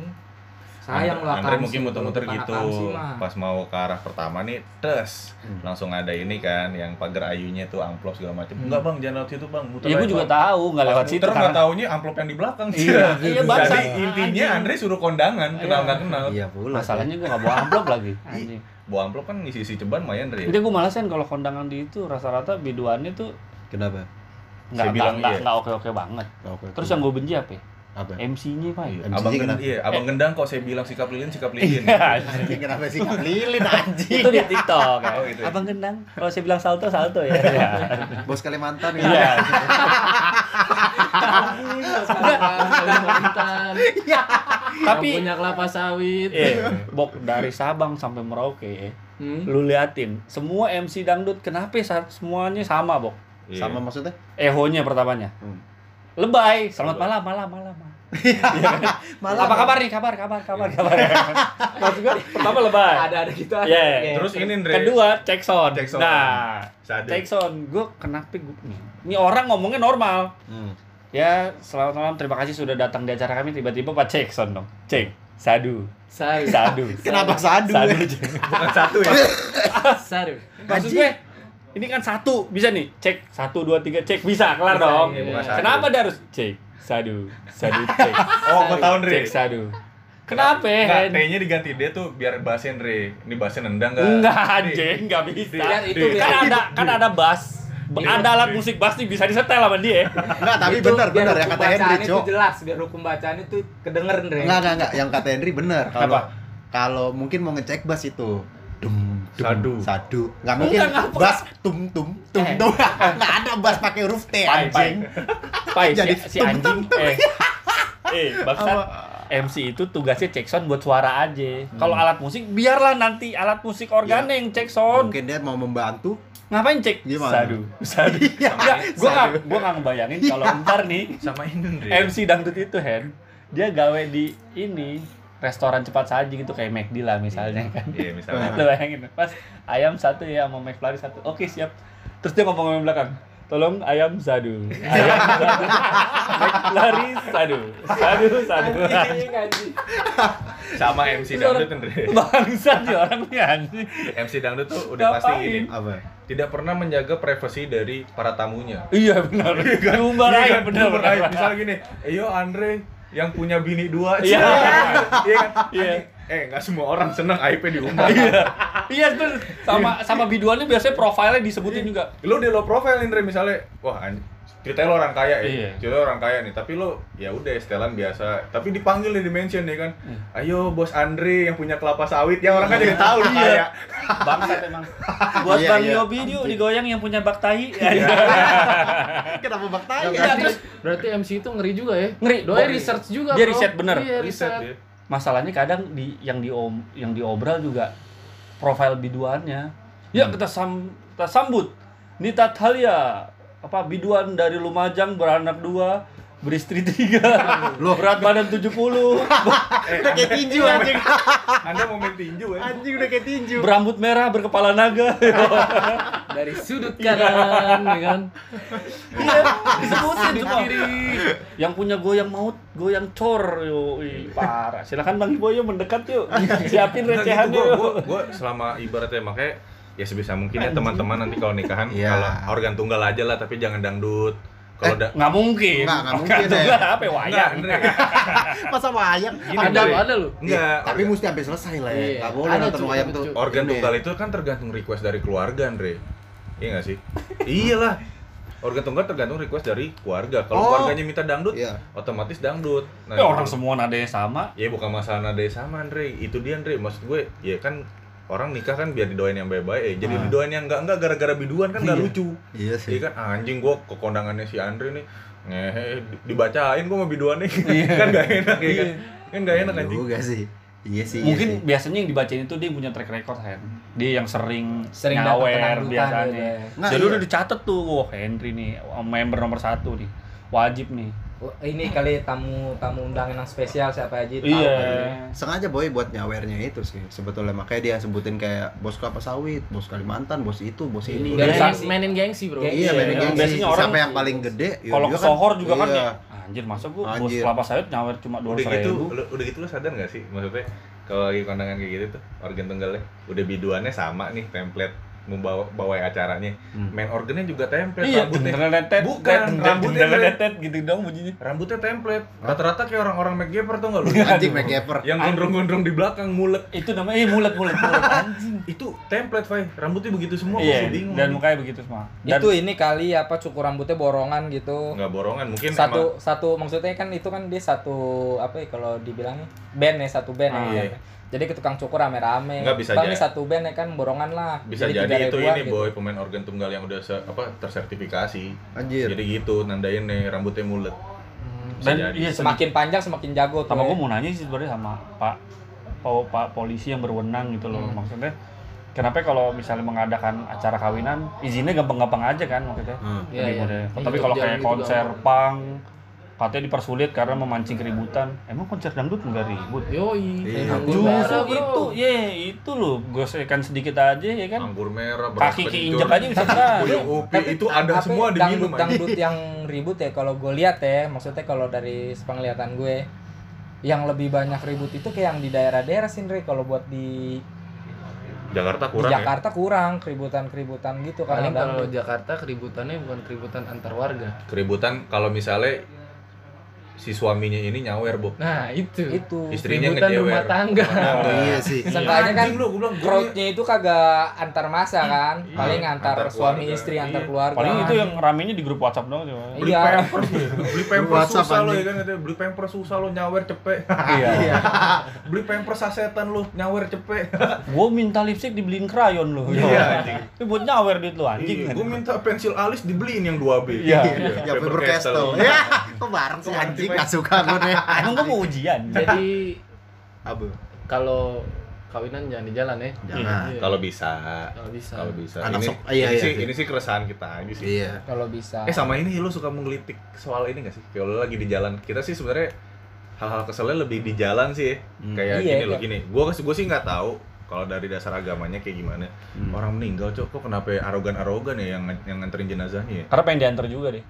C: Andre-
E: sayang lah
C: Andre mungkin muter-muter gitu.
E: Pas
C: Pas mau ke arah pertama nih, tes
B: Hmm.
C: langsung ada ini kan yang pagar ayunya tuh amplop segala macem.
E: Hmm.
C: Enggak bang, jangan lewat situ bang. Muter
B: Ya gue
C: aja,
B: juga
C: Bang."
B: tahu nggak
C: Pas
B: lewat situ
C: muter nggak
B: karena
C: taunya amplop yang di belakang.
A: Iya,
B: iya,
C: Jadi
B: bangsa.
C: intinya
B: Anjing.
C: Andre suruh kondangan, kenal nggak kenal.
A: Iya pula.
B: masalahnya gue nggak bawa amplop lagi. Anjing.
C: Bawa amplop kan ngisi-isi ceban mah ya Andre.
B: Jadi gue malasan kalau kondangan di itu rata-rata biduannya tuh
A: Kenapa?
B: nggak
C: Saya bilang
B: nggak
C: iya.
B: nggak oke-oke banget.
A: Oke.
B: Terus yang gue benci apa? ya?
A: apa?
B: MC-nya Eh. Iya, pak.
C: Iya,
A: MC-nya
C: abang gendang,
A: kenapa?
C: iya, abang gendang kok saya bilang sikap lilin, sikap lilin.
A: Anjing Iya, kenapa sih lilin anjing?
B: itu di TikTok. Ya.
C: Oh, gitu ya.
B: Abang gendang. Kalau saya bilang salto salto ya.
A: Bos Kalimantan gitu.
B: Iya.
E: Iya,
D: Kalimantan
A: Iya.
D: tapi
B: Tapi
D: punya kelapa sawit
B: eh, bok dari Sabang sampai Merauke, ya,
D: Hmm.
B: lu liatin semua MC dangdut kenapa sa- semuanya sama bok?
C: Iya.
A: Sama maksudnya?
B: Eho-nya pertamanya.
A: Hmm.
B: Lebay. Selamat
C: Lebay. Iya.
B: malam malam malam. malam.
A: Malah
B: Apa kabar nih? Kabar, kabar, kabar, kabar. Iya. Maksud gua, pertama lebay.
E: Ada ada gitu aja.
B: Yeah.
E: Oke.
C: iya. Terus ini Andre.
B: Kedua, check sound.
C: Check sound.
B: Nah,
C: Sade.
B: check sound. Gue kenapa gue Ini orang ngomongnya normal.
A: Hmm.
B: Ya, selamat malam. Terima kasih sudah datang di acara kami. Tiba-tiba Pak check sound dong. Cek. Sadu.
D: Saru.
B: Sadu.
A: Kenapa sadu?
B: Sadu.
C: bukan satu ya
D: Saru.
B: Maksud gue, ini kan satu bisa nih cek satu dua tiga cek bisa kelar
E: Bisa,
B: dong
E: iya,
C: bukan satu.
B: kenapa dia harus cek sadu sadu cek
C: oh gua tahu Andre
B: cek sadu kenapa
C: Nggak,
B: Hen?
C: T-nya diganti D tuh biar bahasnya Andre. Ini bahasnya nendang enggak?
B: Enggak anjing, enggak bisa.
E: Kan itu
B: Kan
E: biar-
B: ada kan ada bass. Ada alat musik bass nih bisa disetel sama dia.
A: Enggak, tapi
E: Itu
A: benar
E: biar
A: benar yang
E: hukum
A: kata Henry,
E: bacaan itu
A: Cok.
E: jelas biar hukum bacaan itu kedengeran Dre.
A: Enggak, enggak, enggak. Yang kata Henry benar.
B: Apa?
A: Kalau kalau mungkin mau ngecek bass itu dum, dum
C: Sadu.
A: sadu nggak mungkin
B: Enggak, enggak.
A: bass tum tum tum
B: Eh.
A: tum nggak ada bass pakai huruf T
B: Pai, pai.
A: anjing
B: Pai,
A: Jadi
B: si, si anjing eh eh bangsat MC itu tugasnya cek sound buat suara aja.
A: Hmm.
B: Kalau alat musik biarlah nanti alat musik organ yang cek sound.
A: mungkin dia mau membantu
B: Ngapain cek?
A: Iya. Gimana?
B: Sadu. Sadu.
A: Iya,
B: ya, gua
A: sadu. Iya.
B: nggak gua nggak ngebayangin kalau ntar nih
C: Sama ini Andre.
B: MC dangdut itu Hen, dia gawe di ini restoran cepat saji gitu kayak McD lah misalnya kan.
C: Iya, misalnya.
B: Lo bayangin, pas ayam satu ya sama McFlurry satu, oke siap. Terus dia ngomong ngomong belakang, tolong ayam sadu, ayam sadu, McFlurry sadu, sadu sadu.
A: Iya.
E: Anjing, anjing.
C: Sama MC dangdut Andre.
B: Bangsa sih orangnya anjing.
C: MC dangdut tuh udah pasti
B: Ngapain?
C: ini.
A: apa ya?
C: Tidak pernah menjaga privasi dari para tamunya.
B: Iya benar, diumbar
C: Iya
B: aja
C: kan?
B: benar
C: Diumbar aib.
B: benar.
C: Misal gini, "Ayo Andre yang punya bini dua
B: Iya.
C: Iya kan?
B: Iya.
C: Eh, nggak semua orang seneng aibnya diumbar.
B: Iya, iya bener. Sama sama biduannya biasanya profilnya
C: Iya.
B: disebutin juga.
C: lu di low profile Indra misalnya wah an- ceritanya lo orang kaya ya
B: Iya.
C: ceritanya orang kaya nih tapi lo ya udah setelan biasa tapi dipanggil nih di mention nih kan
B: Iya.
C: ayo bos Andre yang punya kelapa sawit ya orang kan jadi tahu
B: Iya.
C: dia kaya
B: Bangsat emang. Buat
A: Iya,
B: Bang
A: iya.
B: Yobi dia digoyang yang punya Iya. baktai.
A: kenapa bak
D: Ya,
A: tanya
D: berarti,
B: terus-
D: berarti MC itu ngeri juga ya.
B: Ngeri.
D: Doi
B: Oh,
D: research juga.
B: Dia
D: bro.
B: riset bener.
D: Iya,
C: Riset ya.
D: riset.
C: dia.
B: Masalahnya kadang di yang di yang diobral juga profil biduannya. Ya kita sam kita sambut Nita Thalia apa biduan dari Lumajang beranak dua beristri tiga
A: Loh.
B: berat badan 70
A: udah kayak tinju anjing
C: anda mau main tinju ya
A: Iya, anjing udah kayak tinju
B: berambut merah berkepala naga
D: Dari sudut kanan, ya kan.
B: Iya, disebutin semua. Yang punya goyang maut, goyang cor, yoi parah. Silakan Bang Iboyo mendekat yuk. Siapin
C: Nah, gitu,
B: recehannya
C: gua,
B: yuk.
C: gua, gua selama ibaratnya makanya ya sebisa mungkin ya teman-teman nanti kalau nikahan
A: Iya. Eh.
C: kalau organ tunggal aja lah tapi jangan dangdut kalau Iya. udah
B: Nggak mungkin.
A: Nggak, nggak mungkin,
B: Nggak,
A: ya.
B: nggak, apa ya, wayang.
C: Andre
A: masa wayang
C: Gini,
D: Ada
C: Doi.
D: ada lu.
C: enggak
A: Iya, tapi mesti sampai selesai lah ya
D: Iya.
A: nggak boleh
D: Ada,
A: nonton
D: cuy,
A: wayang
D: ada,
A: tuh
D: cuy.
C: organ
A: Ini.
C: tunggal itu kan tergantung request dari keluarga Andre iya nggak sih iyalah organ tunggal tergantung request dari keluarga kalau
A: Oh.
C: keluarganya minta dangdut
A: Iya.
C: otomatis dangdut nah,
B: Ya, orang
C: itu-
B: semua nadanya sama.
C: ya bukan masalah nada sama Andre itu dia Andre maksud gue ya kan orang nikah kan biar didoain yang baik-baik jadi
B: Ah.
C: didoain yang enggak enggak gara-gara biduan kan enggak
A: Iya.
C: lucu
A: iya sih
C: iya kan anjing gue ke kondangannya si Andre nih ngehe di- dibacain gue mau biduannya kan gak enak ya kan kan gak enak anjing
A: juga sih iya sih iya
B: Mungkin
A: sih.
B: biasanya yang dibacain itu dia punya track record, Hen. Dia yang sering,
E: Sering dapat
B: nyawer
E: penangguhan gitu ya. dia,
B: biasanya.
A: Nah,
B: Jadi
A: iya.
B: udah dicatat tuh, wah Henry nih member nomor satu nih. Wajib nih.
E: Wah, Ini kali tamu tamu undangan yang spesial siapa aja tahu
B: Iya.
E: kali.
A: sengaja boy buat nyawernya itu sih sebetulnya makanya dia sebutin kayak bos kelapa sawit bos Kalimantan bos itu bos ini
B: Iya.
D: Dari
B: Gengsi.
D: geng- mainin gengsi, Bro.
E: Gengsi.
A: iya mainin
B: Iya,
A: gengsi.
B: biasanya orang-
A: siapa yang paling gede ya
B: Kalau
A: dia
B: ke Sohor juga kan
A: iya.
B: ya, anjir masa gua bos
A: Anjir.
B: kelapa sawit nyawer cuma dua
C: udah gitu
B: ribu.
C: lu, udah gitu lu sadar nggak sih maksudnya kalau lagi kondangan kayak gitu tuh organ tunggalnya udah biduannya sama nih template membawa bawa acaranya main organnya juga template
B: Iya,
C: rambutnya
B: dendrenetet.
C: Bukan, rambutnya, Bre.
B: dendrenetet gitu dong bunyinya.
C: rambutnya template rata-rata kayak orang-orang MacGyver tuh nggak lu
A: Iya, anjing MacGyver
C: yang gondrong-gondrong di belakang mulet
B: Itu namanya eh mulet mulet mulet anjing.
C: itu template Fai rambutnya begitu semua gua
B: Iya,
C: sih bingung
B: dan mukanya begitu semua. Dan
E: Itu ini kali apa cukur rambutnya borongan gitu.
C: nggak borongan mungkin
E: satu satu maksudnya kan itu kan dia satu apa ya kalau dibilangnya band ya satu band
B: Ah,
E: ya.
C: iya.
E: Jadi kita tukang cukur rame-rame.
C: Nggak, bisa aja.
E: Bang ini satu band ya kan borongan lah.
C: emang bisa
E: Jadi
C: jadi,
E: 3
C: itu
E: ribuan
C: ini
E: gitu.
C: boy pemain organ tunggal yang udah se- apa tersertifikasi
A: anjir
C: jadi gitu nandain nih rambutnya mulet Bisa
B: dan
C: jadi.
B: iya semakin
E: Hmm. Semakin panjang semakin jago tuh.
B: sama
E: ya.
B: gua mau nanya sih sebenarnya sama Pak Pak, Pak polisi yang berwenang gitu loh maksudnya. Kenapa kalau misalnya mengadakan acara kawinan izinnya gampang-gampang aja kan maksudnya?
A: Hmm.
D: Iya,
B: Lebih
D: iya.
B: mudah.
D: Iya,
B: Tapi kalau
D: Jogja
B: kayak
D: gitu
B: konser
D: gampang.
B: pang Katanya dipersulit karena memancing keributan. Emang konser dangdut nggak ribut?
D: Yoi,
A: Iya.
D: anggur
B: Justru
D: merah, bro.
B: itu, ya itu loh, gosekan sedikit aja ya kan.
C: anggur merah beras
B: Kaki
C: kencur,
B: keinjek aja bisa kena.
C: puyuh upi
E: Tapi-
C: itu ada
E: tapi
C: semua diminum
E: dangdut,
C: aja.
E: dangdut yang ribut ya kalau gue lihat ya maksudnya kalau dari penglihatan gue yang lebih banyak ribut itu kayak yang di daerah-daerah sih Ndre. kalau buat di,
C: Jakarta
E: di
C: kurang ya
E: Jakarta kurang keributan-keributan gitu karena
D: Paling kalau
E: dangdut.
D: Jakarta keributannya bukan keributan antar warga.
C: keributan kalau misalnya si suaminya ini nyawer bu
D: Nah,
C: Iya.
D: itu.
E: itu
C: istrinya
D: Keributan
C: ngejewer
D: rumah tangga.
A: Oh, iya sih.
E: Seenggaknya kan
C: Anjing lu, gua bilang, gua-
E: crowdnya itu kagak antar masa kan
C: Iya,
E: paling antar,
C: antar
E: suami
C: keluarga.
E: istri
C: Iya.
E: antar keluarga kan,
B: Paling itu yang ramenya di grup WhatsApp doang cuma.
C: beli
E: Iya.
C: pampers beli pampers
A: WhatsApp,
C: susah lo ya
A: anjing.
C: kan katanya. beli pampers susah lo nyawer cepet
B: Iya.
C: beli pampers sasetan lo nyawer cepet
B: Gua minta lipstick dibeliin krayon loh.
C: Iya, anjing.
B: Itu buat nyawer duit lu anjing.
C: gue minta pensil alis dibeliin yang 2B
B: Iya.
A: Ya, paper castle.
C: Iya.
A: Ya, kok bareng sih anjing gak suka gue deh.
B: Emang gua mau ujian.
D: Jadi
A: Abu,
D: kalau kawinan jangan di jalan ya.
A: jangan.
D: Iya.
C: kalau bisa
D: Kalau bisa.
C: kalau bisa
A: Anak
C: ini,
A: sok- iya,
C: ini
A: iya,
C: sih
A: iya.
C: ini sih keresahan kita ini sih
A: Iya.
E: kalau bisa
C: eh sama ini lo suka menggelitik soal ini gak sih kalau lo lagi di jalan kita sih sebenarnya hal-hal keselnya lebih di jalan sih
A: Hmm.
C: kayak
E: Iya,
C: gini loh
E: iya.
C: gini gue gue sih nggak tahu kalau dari dasar agamanya kayak gimana
A: Hmm.
C: orang meninggal cok kok kenapa arogan-arogan ya yang yang nganterin jenazahnya ya
B: Karena pengen diantar juga deh.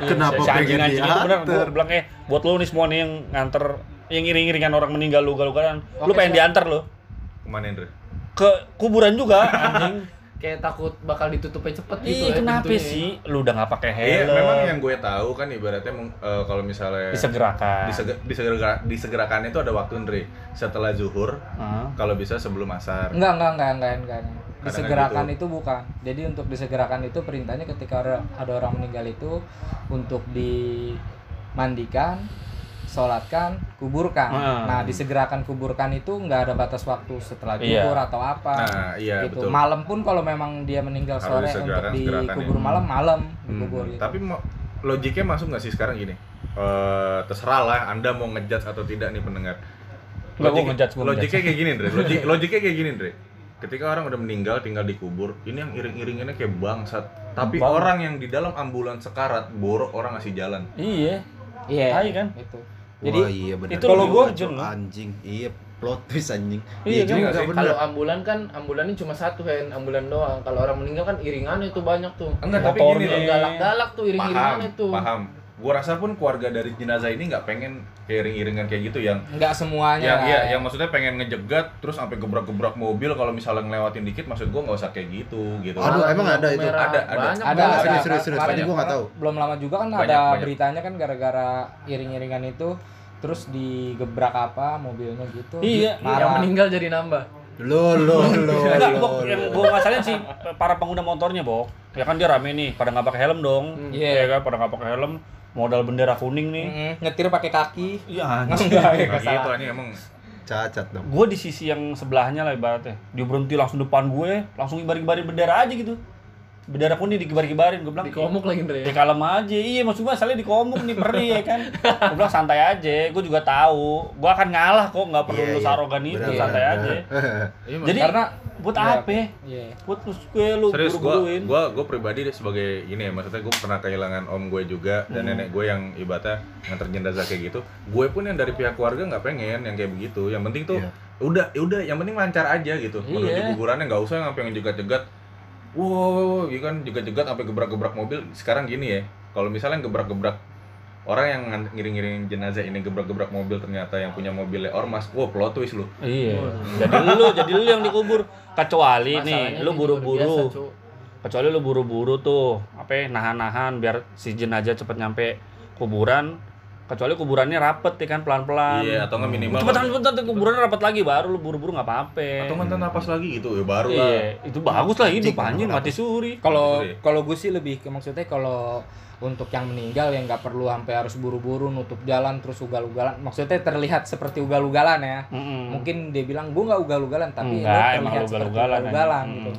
B: Iya,
A: Kenapa
B: si anjing
A: pengen
B: anjing itu bener gue
A: diantar?
B: bilang eh buat lu nih semua nih yang nganter yang iring-iringan orang meninggal lu galugalan lu
E: Oke,
B: pengen
E: Pak.
B: diantar lo
C: kemana Andre?
B: ke kuburan juga anjing
D: Kayak takut bakal ditutupnya cepet gitu
B: ih
D: ya
B: Iya, kenapa
D: pintunya.
B: sih lu udah nggak pakai
C: Iya, memang yang
B: helm
C: gue tahu kan ibaratnya meng- eh, kalau misalnya
B: disegerakan
C: disege- disegera- disegerakannya itu ada waktu Andre. Setelah zuhur,
B: Heeh.
C: kalau bisa sebelum
B: Hmm.
C: asar.
E: Enggak, enggak, enggak, enggak, enggak. Disegerakan
C: gitu.
E: itu bukan. Jadi untuk disegerakan itu perintahnya ketika ada, ada orang meninggal itu untuk dimandikan, sholatkan, kuburkan.
C: Ah.
B: Hmm.
E: Nah, disegerakan kuburkan itu enggak ada batas waktu setelah
B: Iya.
E: kubur atau apa.
C: Nah, iya
E: gitu.
C: betul.
E: Malam pun kalau memang dia meninggal
C: Harus
E: sore
C: disegerakan,
E: untuk
C: segerakan ya.
E: dikubur malam, malam
C: Hmm,
E: dikubur gitu.
C: Tapi mo- logiknya masuk nggak sih sekarang gini? Eh, terserah lah Anda mau ngejudge atau tidak nih pendengar.
B: Nggak, gua
C: Logik-
B: ngejudge, gua
C: logiknya kayak gini, Andre. Logik, logiknya kayak gini, Andre. Ketika orang udah meninggal tinggal dikubur, ini yang iring-iringannya kayak bangsat. Tapi
B: Bang.
C: orang yang di dalam ambulans sekarat borok orang ngasih jalan.
B: iya
E: Iya.
B: Tai kan?
E: Itu.
A: Jadi Wah, iya bener.
B: itu kalau
A: Iya,
B: gua
A: bener.
B: Jun, lah.
A: anjing. Iya, plot twist anjing.
B: Iya, kan?
A: juga
C: Kalau-
A: bener.
D: Kalau ambulan kan ambulannya cuma satu kan, ambulan doang. Kalau orang meninggal kan iringannya itu banyak tuh.
C: Enggak, tapi
B: Iya. Motornya.
C: gini loh.
D: Galak-galak tuh
C: paham,
D: iring-iringannya tuh.
C: paham. Gue rasa pun keluarga dari jenazah ini nggak pengen kayak iring-iringan kayak gitu yang
E: Enggak semuanya.
C: yang
E: lah
C: iya,
E: ya.
C: yang maksudnya pengen ngejegat terus sampai gebrak-gebrak mobil kalau misalnya ngelewatin dikit maksud gue nggak usah kayak gitu gitu.
A: Aduh, emang ada itu?
C: Ada, ada.
D: Banyak
E: ada,
D: banget.
E: ada
A: serius, serius, serius.
E: Kemarin-
A: Tadi gua nggak tahu.
E: belum lama juga kan
C: Banyak,
E: ada
C: banyak.
E: beritanya kan gara-gara iring-iringan itu terus digebrak apa mobilnya gitu
B: Iya,
D: Yang
E: marah
D: meninggal jadi nambah.
A: Lo lo lo.
B: Enggak,
A: lo,
B: Bok,
A: lo.
B: yang gue masalahnya sih para pengguna motornya, Bok. Ya kan dia rame nih, pada nggak pakai helm dong.
A: Hmm.
E: Iya.
B: Iya kan, pada nggak pakai helm, modal bendera kuning nih.
E: Mm-mm, nyetir pakai kaki
B: Iya,
E: enggak ya
C: Nah, gitu
E: kesalahan
C: anjing emang
A: Cacat dong.
B: gue di sisi yang sebelahnya lah ibaratnya dia berhenti langsung depan gue langsung ibar-ibarin bendera aja gitu bendera kuning dikibar-kibarin gue bilang
D: Dikomuk lagi Ndre.
B: ya kalem aja iya maksud gue asalnya dikomuk nih perih ya kan gue bilang santai aja gue juga tahu gue akan ngalah kok nggak perlu
A: Iya,
B: lu
A: iya.
B: sarogan itu
A: Benar,
B: santai
A: benar,
B: aja
A: benar.
C: gitu.
B: jadi karena
E: Karena-
B: buat
E: Iya.
B: apa
E: Iya.
B: buat terus gue lu
C: serius gue
B: buru-buruin
C: gue gue pribadi deh sebagai ini ya maksudnya gue pernah kehilangan om gue juga
B: Hmm.
C: dan nenek gue yang ibaratnya nganter jenazah kayak gitu gue pun yang dari pihak keluarga nggak pengen yang kayak begitu yang penting tuh
A: Iya.
C: udah ya udah yang penting lancar aja gitu
B: Iya.
C: menuju kuburannya nggak usah yang sampai ngejegat-jegat wow, wow, wow, wow, gitu kan jegat-jegat sampai gebrak-gebrak mobil sekarang gini ya kalau misalnya gebrak-gebrak orang yang ngan- ngiring-ngiring jenazah ini gebrak-gebrak mobil ternyata yang punya mobilnya ormas wow plot twist lu
B: iya jadi lu jadi lu yang dikubur kecuali
D: Masalahnya
B: nih lu
D: ini
B: buru-buru
D: luar biasa, Cuk.
B: kecuali lu buru-buru tuh apa ya, nahan-nahan biar si jenazah cepet nyampe kuburan kecuali kuburannya rapet ya kan pelan-pelan
C: iya atau nggak minimal
B: hmm. cepetan cepetan tuh kuburannya rapet lagi baru lu buru-buru nggak apa-apa
C: atau nggak napas lagi gitu ya baru lah
B: Hmm. iya itu bagus lah hidup anjing mati suri
E: kalau
C: Sorry.
E: kalau gue sih lebih ke maksudnya kalau untuk yang meninggal yang nggak perlu sampai harus buru-buru nutup jalan terus ugal-ugalan maksudnya terlihat seperti ugal-ugalan ya
C: Hmm.
B: Mm-mm.
E: mungkin dia bilang gue nggak ugal-ugalan tapi lu
B: enggak emang
E: terlihat
B: lu
E: seperti
B: galugalan
E: ugal-ugalan gitu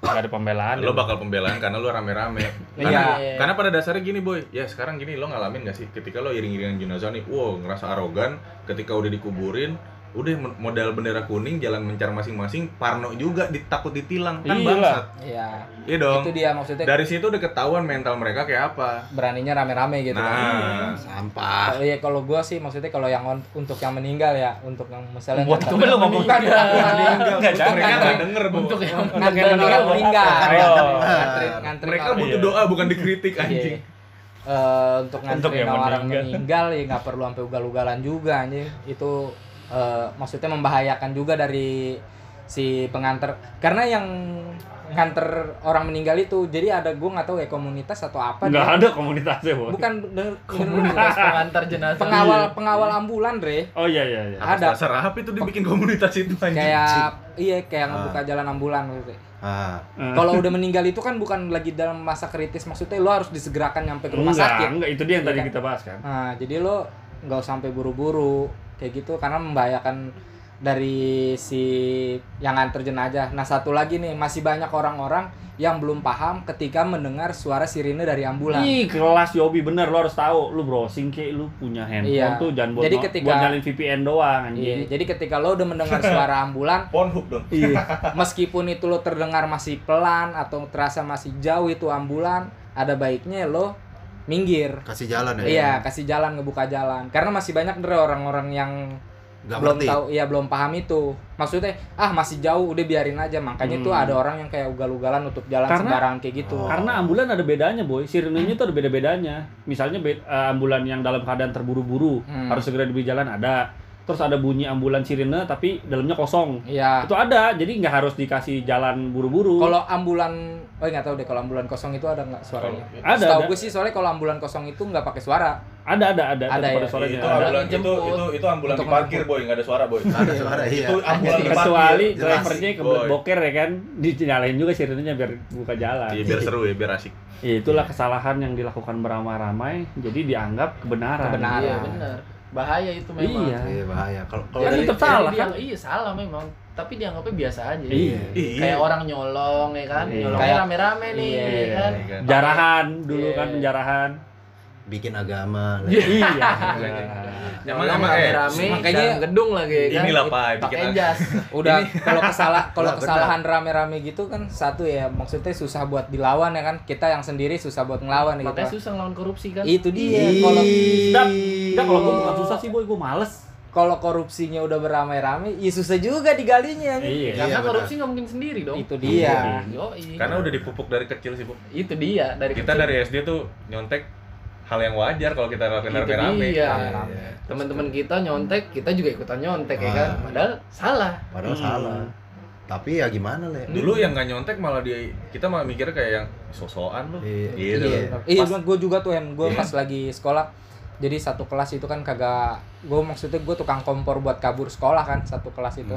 B: nggak ada pembelaan
C: lo bakal pembelaan karena lo rame-rame karena,
E: Kan ya. Iya.
C: karena pada dasarnya gini boy ya sekarang gini lo ngalamin gak sih ketika lo iring-iringan jenazah nih wow ngerasa arogan ketika udah dikuburin udah men- modal bendera kuning jalan mencar masing-masing Parno juga ditakut ditilang kan
B: Iya
C: bangsat
E: Iya.
C: iya dong
E: Itu dia maksudnya
C: dari situ udah ketahuan mental mereka kayak apa
E: beraninya rame-rame gitu.
C: nah
A: sampah
E: Kalau ya kalau gua sih maksudnya kalau yang on- untuk yang meninggal ya, untuk yang misalnya
B: Buat
E: nggak-
B: apa lu ngomong
E: bukan bukan, bukan.
C: meninggal
B: Nggak,
C: mereka
E: jangan.
C: nggak denger bu
D: untuk yang
E: Ngantri
B: yang
E: meninggal
B: meninggal.
E: meninggal.
B: Ayo.
E: Ngantri ngantri
C: mereka
E: orang-
C: butuh
B: Iya.
C: doa bukan dikritik
E: Iya.
C: anjing
E: Eh, untuk
B: Untuk
E: ngantri
B: yang
E: orang
B: meninggal.
E: meninggal ya nggak perlu sampai ugal-ugalan juga anjing. Itu eh, maksudnya membahayakan juga dari si pengantar karena yang nganter orang meninggal itu jadi ada gua nggak tahu ya komunitas atau apa
B: nggak
E: dia-
B: ada komunitasnya bu
E: bukan bener-
D: komunitas pengantar jenazah
E: pengawal pengawal ambulan Dre
B: oh iya iya iya
C: ada
E: Ada.
C: dasar apa itu dibikin komunitas itu anjing
E: kayak iya kayak
A: Ah.
E: ngebuka jalan ambulan gitu.
A: ah
B: Eh,
E: Kalau udah meninggal itu kan bukan lagi dalam masa kritis maksudnya lo harus disegerakan nyampe ke rumah
B: enggak,
E: sakit.
B: enggak itu dia yang
E: Iya
B: tadi
E: kan?
B: kita bahas kan
E: Nah, jadi lo nggak usah sampai buru-buru kayak gitu karena membahayakan dari si yang antar jenazah. Nah, satu lagi nih, masih banyak orang-orang yang belum paham ketika mendengar suara sirine dari ambulan.
B: Ih, kelas Yobi bener lo harus tahu. Lu browsing ke lu punya handphone
E: Iya.
B: tuh jangan buat
E: Jadi
B: no-
E: ketika-
B: buat nyalin VPN doang anjing.
E: Iya, jadi ketika lo udah mendengar suara ambulan,
C: Pornhub dong
B: Iya.
E: meskipun itu lo terdengar masih pelan atau terasa masih jauh itu ambulan, ada baiknya lo minggir.
A: kasih jalan ya
E: Iya, kasih jalan ngebuka jalan. Karena masih banyak deh orang-orang yang
A: nggak
E: belum
A: ngerti
E: tahu, iya belum paham itu. Maksudnya ah masih jauh udah biarin aja. Makanya
B: Hmm.
E: tuh ada orang yang kayak ugal-ugalan nutup jalan
B: Karena-
E: sembarangan kayak gitu.
A: Oh.
B: Karena ambulan ada bedanya, boy. Sirinenya tuh ada beda-bedanya. Misalnya be- eh, ambulan yang dalam keadaan terburu-buru
E: Hmm.
B: harus segera di jalan ada. Terus ada bunyi ambulan sirine tapi dalamnya kosong.
E: Iya.
B: Itu ada, jadi nggak harus dikasih jalan buru-buru.
E: Kalau ambulan, oh nggak tahu deh kalau ambulan kosong itu ada nggak suaranya?
B: ada, ada,
E: Setahu gue sih soalnya kalau ambulan kosong itu nggak pakai suara.
B: ada, ada, ada,
E: Ada
B: tetap
E: ya?
B: ada suaranya.
C: itu
B: ada.
C: gitu, ambulan itu
D: Jemput.
C: itu itu ambulan
E: Untuk
C: diparkir
E: menjemput.
C: boy nggak ada suara boy
A: nggak ada suara iya
C: itu ambulan diparkir
B: Kecuali
A: Jelas.
B: drivernya kebelet
C: ya. Boy.
B: boker ya kan, dinyalain juga sirinenya biar buka jalan.
C: Iya, biar seru ya biar asik
B: Ya, itulah kesalahan yang dilakukan beramai-ramai, jadi dianggap kebenaran.
E: Kebenaran.
D: iya benar bahaya itu memang
B: Iya.
A: iya bahaya kalau kalau
D: Jadi
A: dari
B: tetap salah,
D: dianggap-
B: kan?
D: iya salah memang tapi dianggapnya biasa aja
B: Iya.
D: kayak orang nyolong ya kan
B: Iya.
D: nyolongnya
E: Kayak-
D: rame-rame nih
E: Iya.
D: ya kan
C: Iya.
B: Jarahan dulu
D: Iya.
B: kan penjarahan.
A: bikin agama lah.
B: iya.
C: Emang
D: Nyolong
C: emang eh
D: rame-rame
E: Makanya-
D: dalam gedung lagi ya kan
C: inilah pak bikin
D: pakai
C: ag-
D: jas
E: Udah kalau kesalah kalau
A: Lah, benar.
E: kesalahan rame-rame gitu kan satu ya maksudnya susah buat dilawan ya kan. Kita yang sendiri susah buat ngelawan ya gitu.
D: makanya
B: Iya,
D: susah ngelawan korupsi kan
E: Itu dia kalau
C: Iya,
B: Sedap. Enggak kalau gua bukan susah sih boy, gua males.
E: kalau korupsinya udah beramai-ramai, ya susah juga digalinya
B: Iya.
E: nih.
A: Iya,
D: karena
A: benar.
D: korupsi nggak mungkin sendiri dong
A: Iya.
E: Itu dia.
D: Yoi.
C: karena udah dipupuk dari kecil sih bu
D: itu dia dari
C: kita
D: kecil.
C: dari SD tuh nyontek hal yang wajar kalau kita lakukan
D: Itu
C: rame-rame
D: dia.
A: Rame-rame.
D: teman-teman kita nyontek kita juga ikutan nyontek ya
A: Ah.
D: kan padahal salah
A: padahal
B: Hmm.
A: salah tapi ya gimana le
C: dulu yang nggak nyontek malah di kita malah mikir kayak yang sosokan lu
A: Iya.
C: gitu
E: Iya,
A: loh.
E: iya
A: Pas-
E: gue juga tuh Hen, gue
C: Iya.
E: pas lagi sekolah. Jadi satu kelas itu kan kagak, gue maksudnya gue tukang kompor buat kabur sekolah kan satu kelas itu.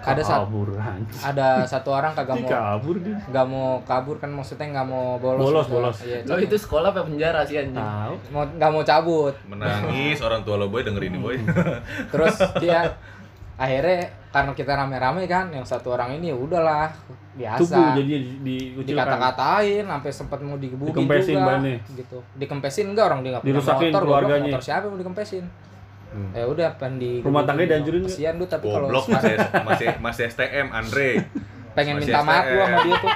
E: Ada satu
B: kabur anjing.
E: ada satu orang kagak
B: Ih,
E: mau
B: kabur dia.
A: Iya.
E: nggak mau kabur kan maksudnya nggak mau bolos.
B: Bolos,
E: gitu.
B: bolos.
E: Iya,
D: lo Oh, itu sekolah apa penjara sih anjing
B: Tahu.
E: mau nggak mau cabut.
C: menangis orang tua lo boy dengerin ini boy
E: Terus dia akhirnya karena kita rame-rame kan, yang satu orang ini ya udahlah biasa.
B: Tubuh jadi dikucilkan.
E: dikata-katain sampai sempat mau digebukin
B: Dikempesin
E: juga
B: bannya.
E: gitu dikempesin enggak orang dia nggak punya
B: Dirusakin
E: motor goblok,
B: keluarganya.
E: motor siapa yang mau dikempesin
A: Hmm.
E: ya udah pengen di
B: Rumah tangga dihancurin nggak?
E: kesian lu tapi kalau
C: goblok
E: sekarang
C: masih masih masih STM Andre
E: pengen
C: masih
E: minta maaf gua sama
C: STM.
E: dia tuh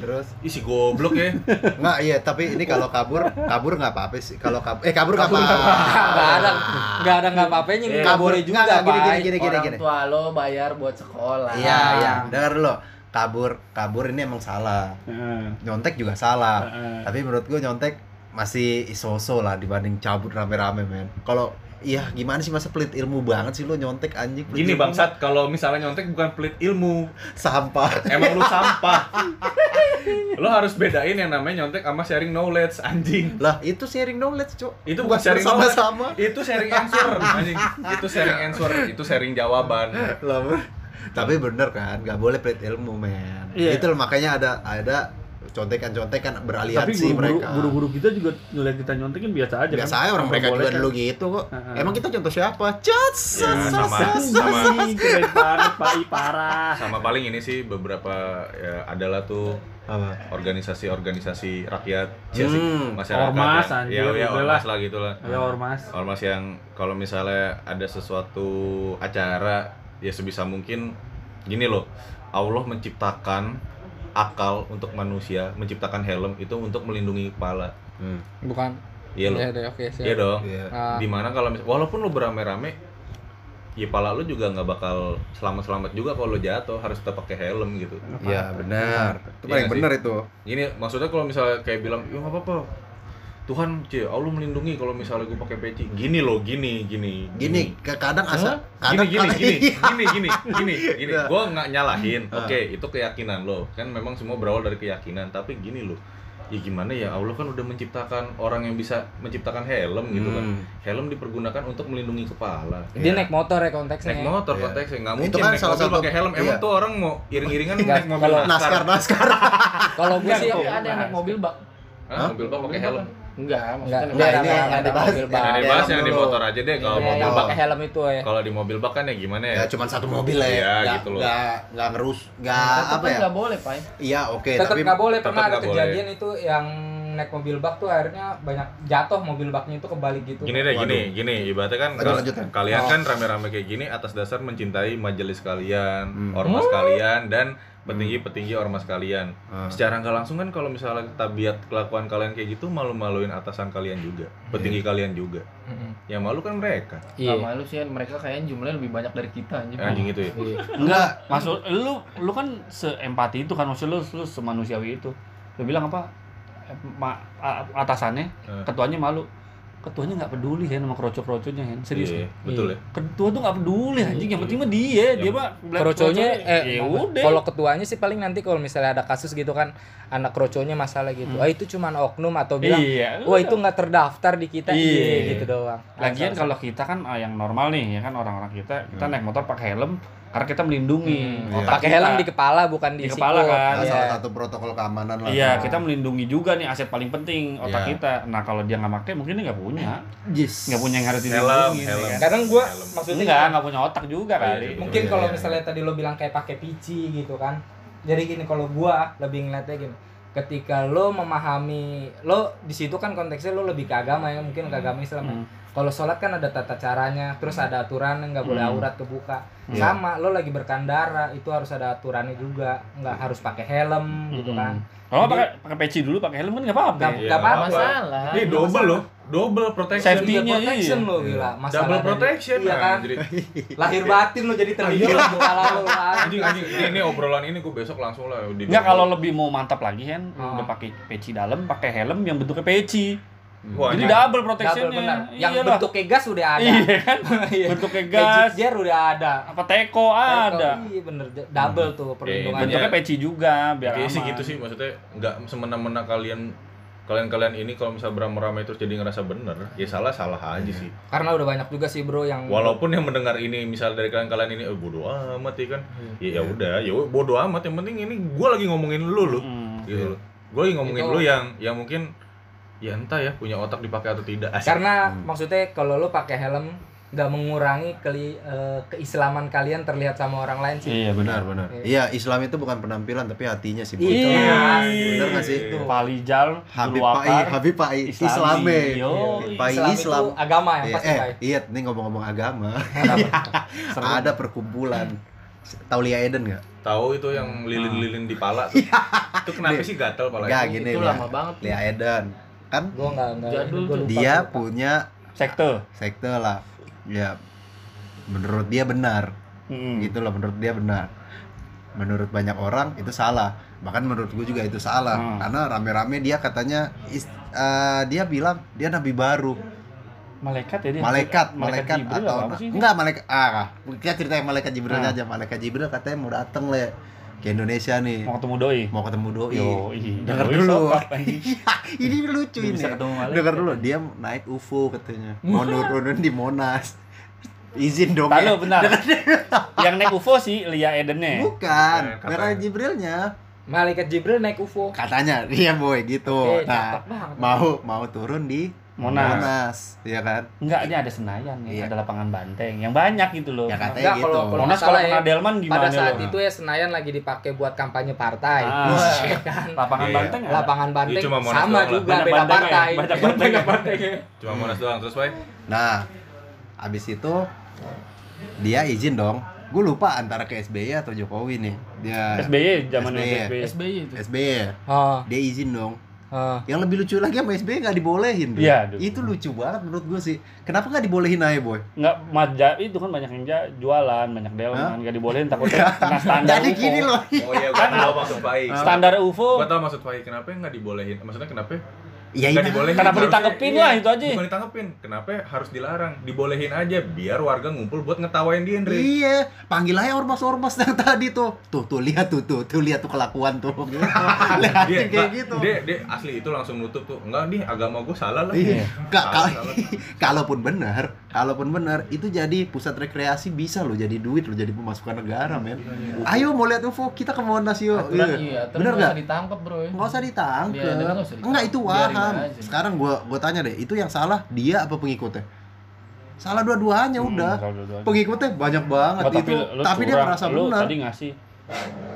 A: terus
C: isi goblok ya
A: nggak iya tapi ini kalau kabur kabur nggak apa-apa sih kalau kabur eh kabur nggak apa
E: nggak ada nggak ada nggak apa-apanya
D: Iya.
E: nggak boleh juga
A: nggak, gini
E: Pak.
A: gini gini gini
D: orang
A: gini
D: tua lo bayar buat sekolah
A: iya iya dengar lo kabur kabur ini emang salah
B: Heeh.
A: nyontek juga salah
B: Heeh.
A: tapi menurut gue nyontek masih isoso lah dibanding cabut rame-rame men kalau iya gimana sih masa pelit ilmu banget sih lo nyontek anjing pelit
C: gini
A: ilmu.
C: bangsat kalau misalnya nyontek bukan pelit ilmu
A: sampah
C: emang lu sampah lo harus bedain yang namanya nyontek sama sharing knowledge anjing
A: lah itu sharing knowledge cok
C: Itu bukan sharing knowledge.
A: sama-sama
C: itu sharing answer anjing itu sharing answer itu sharing jawaban
A: Lah, bener. tapi bener kan nggak boleh pelit ilmu men
B: Iya.
A: itu loh, makanya ada ada contekan-contekan
B: Tapi
A: beraliansi
B: guru-guru,
A: mereka.
B: guru-guru kita juga ngeliat kita nyontekin biasa aja
A: Biasa
B: kan.
A: aja orang
B: Nggak
A: mereka
B: boleh
A: juga
B: kan. Iya,
A: dulu gitu kok.
B: Heeh.
A: Emang kita contoh siapa? Cot.
C: Ya, sama, sama,
B: Ih, Keren banget, Pak I, parah.
C: sama paling ini sih beberapa ya, adalah tuh
A: Apa?
C: organisasi-organisasi rakyat, Iya
A: Hmm,
C: sih, masyarakat,
B: ormas,
C: ya,
B: anjir,
C: ya, ya,
B: udah
C: ormas lah gitu lah.
B: Ya ormas.
C: Ormas yang kalau misalnya ada sesuatu acara ya sebisa mungkin gini loh. Allah menciptakan akal untuk manusia, menciptakan helm itu untuk melindungi kepala.
A: Hmm.
D: Bukan.
C: Iya loh.
D: Ya, udah, oke, siap.
C: Iya dong.
A: Iya.
D: Ah,
C: Dimana kalau mis- walaupun lu berame-rame ya pala lu juga nggak bakal selamat-selamat juga kalau lu jatuh harus tetap pakai helm gitu.
A: Iya, benar. Itu
C: Iya
A: paling
C: nggak sih?
A: benar itu.
C: Gini maksudnya kalau misalnya kayak bilang, "Ya nggak apa-apa." Tuhan, cie, Allah melindungi kalau misalnya gue pakai peci. Gini loh, gini, gini.
A: Gini, ke- kadang asa
C: gini
A: kadang
C: gini
A: kadang- Iya.
C: gini gini gini gini gini
A: Nah.
C: gue nggak nyalahin
A: Ah.
C: oke itu keyakinan lo kan memang semua berawal dari keyakinan tapi gini lo ya gimana ya Allah kan udah menciptakan orang yang bisa menciptakan helm gitu kan
A: Hmm.
C: helm dipergunakan untuk melindungi kepala
D: Dia
A: Iya.
D: naik motor ya
C: naik
D: konteksnya.
C: motor
A: Iya.
C: konteksnya nggak
A: Itu
C: mungkin
A: kan
C: naik
A: salah
C: mobil
A: satu-
C: pakai helm emang
A: iya.
C: tuh orang mau iring-iringan
D: Nggak,
C: naik mobil
D: kalau-
A: Naskar, naskar.
D: Kalau gue
B: Enggak,
D: sih
B: kok.
D: ada yang naik mobil bak.
C: Hah? mobil bak pakai helm
D: Enggak,
E: maksudnya
A: Nah, ini
D: enggak,
A: yang
D: enggak ada
A: dibahas.
D: mobil
A: Nah,
D: bak.
C: yang dibahas yang di
A: dulu.
C: motor aja deh kalau
A: Iya,
C: mobil
E: yang
A: bak.
E: pakai helm itu ya.
C: kalau di mobil bak kan ya gimana ya
A: Ya cuma satu mobil ya.
C: Iya,
A: Nggak-
C: gitu loh.
A: Nggak nggak ngerus, nggak
D: Tetep
A: apa
D: kan
A: ya?
D: nggak boleh, Pak.
A: Iya, oke,
E: tetap
A: tapi
E: nggak boleh
C: tetap
E: pernah ada
C: nggak
E: kejadian itu yang naik mobil bak tuh akhirnya banyak jatuh mobil baknya itu kebalik gitu
C: Gini deh, gini, gini. Ibaratnya kan
A: Lanjut,
C: kal-
A: lanjut, Tan.
C: kalian
E: Oh.
C: kan rame-rame kayak gini atas dasar mencintai majelis kalian,
A: Hmm.
C: ormas kalian dan petinggi-petinggi ormas kalian.
A: Ah.
C: Secara nggak langsung kan kalau misalnya tabiat kelakuan kalian kayak gitu malu-maluin atasan kalian juga, petinggi kalian juga.
E: Mm-mm.
C: Yang malu kan mereka.
D: Iya. malu sih mereka kayaknya jumlahnya lebih banyak dari kita anjing.
C: Anjing itu ya.
D: Iya.
B: Enggak, maksud lu lu kan seempati itu kan maksud lu lu semanusiawi itu. Lu bilang apa? Eh, Ma, a- atasannya,
C: Eh.
B: ketuanya malu. Ketuanya nggak peduli ya sama kroco-kroconya Hen. Serius.
C: Iya,
B: Hen.
C: betul ya.
B: Ketua tuh nggak peduli anjing, yang penting mah dia, dia mah bilang
E: kroconya eh
B: ya udah.
E: kalau ketuanya sih paling nanti kalau misalnya ada kasus gitu kan anak kroconya masalah gitu ah itu cuman oknum atau bilang
B: Hmm. Iya.
E: wah itu nggak terdaftar di kita
B: Iya.
E: Iya, gitu doang
B: Lagian
E: Asal-
B: kalau kita kan ah, yang normal nih ya kan orang-orang kita kita naik motor pakai helm karena kita melindungi.
A: Hmm, iya.
B: otak
E: pakai helm
B: kita.
E: di kepala bukan di,
B: Di kepala
E: sikut.
B: kan,
A: Nah,
E: Iya.
A: salah satu protokol keamanan lah.
B: Iya, kita melindungi juga nih aset paling penting otak
A: Iya.
B: kita. Nah, kalau dia nggak pakai mungkin dia nggak punya.
A: Yes.
B: Nggak punya yang harus
C: Helm,
B: dilindungi.
C: helm.
B: ya kan?
E: kadang gua
C: Helm.
E: maksudnya
B: Enggak, nggak punya otak juga
C: Iya,
B: kali.
C: iya, iya.
E: mungkin
A: Iya,
E: kalau
A: iya,
E: misalnya tadi lo bilang kayak pakai pici gitu kan jadi gini kalau gua lebih ngeliatnya gini ketika lo memahami lo di situ kan konteksnya lo lebih ke agama ya mungkin ke agama Islam ya.
B: Hmm.
E: kalau sholat kan ada tata caranya terus ada aturan nggak boleh
B: Hmm.
E: aurat kebuka
A: Iya.
E: sama lo lagi berkandara itu harus ada aturannya juga nggak harus pakai helm gitu kan
B: Kalau
E: Jadi-
B: pakai pakai peci dulu, pakai helm kan nggak apa-apa.
E: nggak
C: Iya,
E: nggak apa-apa
D: Masalah.
C: Ini double loh, double protection.
B: Safety. Intinya,
E: protection
B: iya.
E: lo gila masalah
C: Double protection.
E: iya
C: nah,
E: kan
C: jadi-
E: lahir batin lo jadi
B: Iya.
E: terlindung kepala lo kan.
C: anjing anjing ini, ini obrolan ini gue besok langsung lah di
B: Enggak kalau lebih mau mantap lagi kan
E: Ah.
B: udah pakai peci dalam, pakai helm yang bentuknya peci.
C: Wah,
B: Jadi
C: ini-
B: double
E: double
B: protection
E: benar yang
B: Iyalah.
E: bentuk kayak gas udah ada
B: Iya kan?
E: Iya.
B: Bentuknya
E: Kayak
B: gas,
E: jar udah ada
B: apa teko ada.
E: iya bener double
A: Hmm.
E: tuh perlindungan
C: Iya,
B: Bentuknya peci juga biar
C: Kayaknya
B: aman.
C: sih gitu sih maksudnya nggak semena-mena kalian kalian-kalian ini kalau misalnya beramai-ramai terus jadi ngerasa bener ya salah salah aja sih
E: karena udah banyak juga sih bro yang
C: walaupun yang mendengar ini misal dari kalian-kalian ini eh bodoh amat ya kan
E: Hmm.
C: ya ya udah ya bodoh amat yang penting ini gue lagi ngomongin lu lu
B: Hmm.
C: gitu loh gue lagi ngomongin
E: Itu-
C: lu yang yang mungkin ya entah ya punya otak dipakai atau tidak Asik.
E: karena
A: Hmm.
E: maksudnya kalau lo pakai helm nggak mengurangi keli, eh, keislaman kalian terlihat sama orang lain sih
B: Iya
A: benar benar. Iya, Islam itu bukan penampilan tapi hatinya sih. Bu.
E: Iya.
A: Bener nggak sih?
E: Itu.
B: Palijal,
A: Habib Pai,
B: Dulwakar,
A: Habib Pai,
B: Islami. Iya,
A: Islame.
B: Yo.
A: Pai
E: Islam,
A: Islam.
E: itu agama yang
A: Iya,
E: pasti
A: eh,
E: Pak.
A: iya, ini ngomong-ngomong agama.
E: Seru.
A: Ada perkumpulan. Taulia Eden nggak?
C: tahu itu yang lilin-lilin di pala tuh. itu kenapa sih Hmm. Iya. gatel
A: Nggak
C: pala ya?
A: Ya, gini
D: itu
A: Lia.
D: lama banget.
A: Lia Eden. Kan
E: gua nggak nggak
D: Jadul
E: gua
D: tuh.
E: lupa,
A: dia
E: gua lupa.
A: punya
B: sekte.
A: sekte lah. Ya menurut dia benar.
B: Hmm.
A: Gitu loh menurut dia benar. Menurut banyak orang itu salah. Bahkan menurut gue juga itu salah
B: Hmm.
A: karena rame-rame dia katanya is- eh, dia bilang dia nabi baru.
B: Malaikat ya dia.
A: malaikat malaikat,
B: Jibril
A: atau
B: apa sih ini?
A: enggak malaikat ah kita cerita yang malaikat Jibril
B: Ah.
A: aja malaikat Jibril katanya mau datang le ke Indonesia nih
B: Mau ketemu doi.
A: mau ketemu doi
B: Yo,
A: Dengar dulu.
B: anjing.
A: ini lucu
B: Iya.
A: ini
B: Bisa ketemu malaikat.
A: dengar dulu dia naik UFO katanya mau nurun di Monas izin dong
B: Lalu
A: ya.
B: benar. Yang naik UFO sih Lia Edennya.
C: Eh,
A: bukan
C: katanya.
A: merah Jibrilnya
E: Malaikat Jibril naik UFO.
A: Katanya, iya boy gitu.
E: Eh,
A: nah,
E: cakep banget.
A: mau mau turun di
B: Monas.
A: Monas, iya kan?
B: Enggak, ini ada Senayan, ya.
A: Iya.
B: ada lapangan Banteng yang banyak gitu loh.
A: Ya katanya
E: Enggak,
A: gitu.
E: kalau- kalau-
B: Monas
E: nggak
B: kalau
E: salah ya,
B: kena Delman gimana
E: Pada saat
B: lo?
E: itu ya Senayan lagi dipakai buat kampanye partai.
B: Ah.
E: Wah, ya kan?
B: Lapangan
C: Iya.
B: Banteng ada.
E: Lapangan Banteng
C: Iya, cuma Monas
E: sama
C: doang lah.
E: juga
B: Banyak
E: beda
B: banteng ya,
E: partai.
B: banyak banteng.
E: ya.
C: Cuma Monas doang terus, Wai.
A: Nah, abis itu dia izin dong. Gue lupa antara ke SBY atau Jokowi nih. Dia
B: SBY zaman
A: SBY.
B: SBY.
D: SBY itu
A: SBY ya?
E: Oh,
A: Dia izin dong.
E: oh.
A: Yang lebih lucu lagi sama SBY nggak dibolehin. Bro.
B: Iya, aduh.
A: Itu lucu banget menurut gue sih. Kenapa nggak dibolehin aja boy?
B: Enggak maja itu kan banyak yang ja- jualan, banyak delman, enggak dibolehin takutnya kena standar.
A: Iya. Jadi
B: UFO.
A: gini loh.
C: Oh iya, gua tahu maksud Wai.
B: Standar UFO
C: Gua tahu maksud Wai kenapa nggak dibolehin. Maksudnya kenapa?
A: Iya
C: Nggak
A: ini.
C: dibolehin.
B: Kenapa
C: Harusnya-
B: ditangkepin
C: iya,
B: lah, itu aja.
C: Bukan ditangkepin. Kenapa harus dilarang? Dibolehin aja biar warga ngumpul buat ngetawain dia, Andre.
A: Iya, panggil aja ormas-ormas yang tadi tuh. Tuh, tuh lihat tuh, tuh, tuh lihat tuh kelakuan tuh. Gitu. Lihatin kayak
C: nggak,
A: gitu.
C: Dia, dia asli itu langsung nutup tuh. Enggak nih, agama gue salah lah.
A: Iya. Nggak,
D: Ah,
C: Salah,
A: kalau-
C: salah.
A: kalaupun benar, kalaupun benar itu jadi pusat rekreasi bisa loh jadi duit loh jadi pemasukan negara
D: Iya,
A: men. Ayo mau lihat UFO kita ke Monas yuk.
D: aturan
A: Iya.
D: iya aturan
A: Bener
D: nggak
A: nggak?
D: usah ditangkep bro ya
A: Nggak usah ditangkep.
D: Biarin, nggak usah ditangkep.
A: Enggak itu waham.
D: Biarin aja.
A: Sekarang gua gua tanya deh, itu yang salah dia apa pengikutnya? Salah dua-duanya udah. Pengikutnya banyak banget
B: Hmm, Iya, Oh,
A: itu,
B: lu
A: tapi dia
B: curang.
A: merasa
B: lu
A: benar.
B: tadi ngasih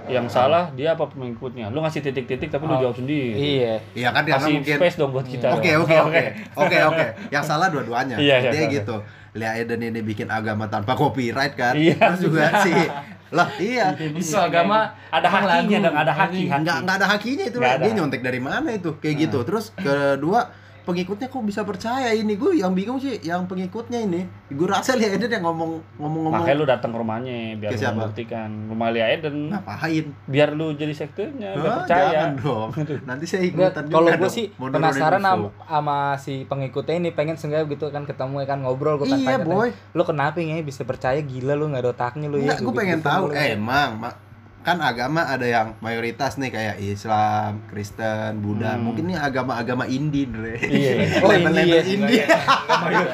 B: yang salah dia apa pengikutnya. Lu ngasih titik-titik tapi lu
E: Oh.
B: jawab sendiri.
E: Iya.
A: Iya kan karena
B: Kasih
A: mungkin
B: space dong buat kita.
A: Oke
B: dong.
A: oke oke oke oke. Yang salah dua-duanya.
B: Iya, iya,
A: Dia
B: oke.
A: gitu. Lihat Eden ini bikin agama tanpa copyright kan.
B: Iya.
A: Terus juga sih. Lah iya.
D: Itu agama
B: ada
D: emang
B: hakinya
D: lagu.
B: dong, ada haki,
D: Anjing.
B: haki.
A: Nggak nggak ada hakinya itu.
B: Nggak ada. Nah.
A: Dia nyontek dari mana itu kayak gitu. Terus kedua pengikutnya kok bisa percaya ini gue yang bingung sih yang pengikutnya ini gue rasa Lia Eden yang ngomong ngomong ngomong
B: Makanya lu datang ke rumahnya biar
A: Ke
B: lu
A: siapa?
B: membuktikan rumah Lia Eden,
A: ngapain
B: biar lu jadi sektenya,
A: Hah,
B: gak percaya.
A: Ah, jangan dong nanti saya
E: Nggak,
A: ikutan juga
E: Kalau gue
A: dong.
E: sih
A: Mau nurunin
E: penasaran
A: info. Iya,
E: sama, sama si pengikutnya ini pengen sengaja gitu kan ketemu ya kan ngobrol gue kan
A: iya
E: tanya,
A: boy
E: Lo kenapa ya bisa percaya gila lu nggak ada otaknya lu
B: iya
A: Enggak,
E: ya?
A: gue
E: gitu-gitu
A: pengen tahu.
E: kan lu.
A: Eh, emang ma- kan agama ada yang mayoritas nih kayak Islam, Kristen, Buddha.
B: Hmm.
A: Mungkin ini agama-agama indie, Dre.
B: Iya.
E: Oh,
A: Label-label indie.
E: indie
C: Mayor.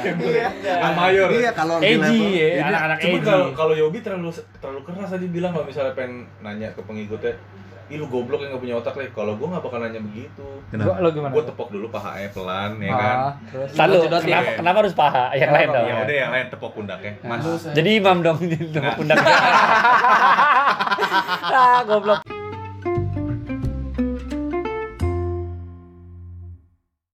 C: Nah, mayor.
A: Iya, kalau di
B: Edgy
A: level-
B: ya,
A: Iya.
B: anak-anak
C: Cuma
B: edgy.
C: kalau kalau Yobi terlalu terlalu keras aja bilang kalau misalnya pengen nanya ke pengikutnya, "Ih lu goblok yang gak punya otak, Le." Kalau gua gak bakal nanya begitu.
E: Gua,
A: Kenapa?
E: lo gimana?
C: Gua tepok dulu pahanya pelan ya kan.
E: Ah, terus
B: Lalu
E: Dot-dot ya?
B: kenapa, kenapa harus paha? Yang lain dong. Nah.
C: Ya udah yang lain tepok pundaknya. Mas,
D: Terus, eh,
A: Nah.
B: Jadi imam dong di tengah pundak. Ah, goblok.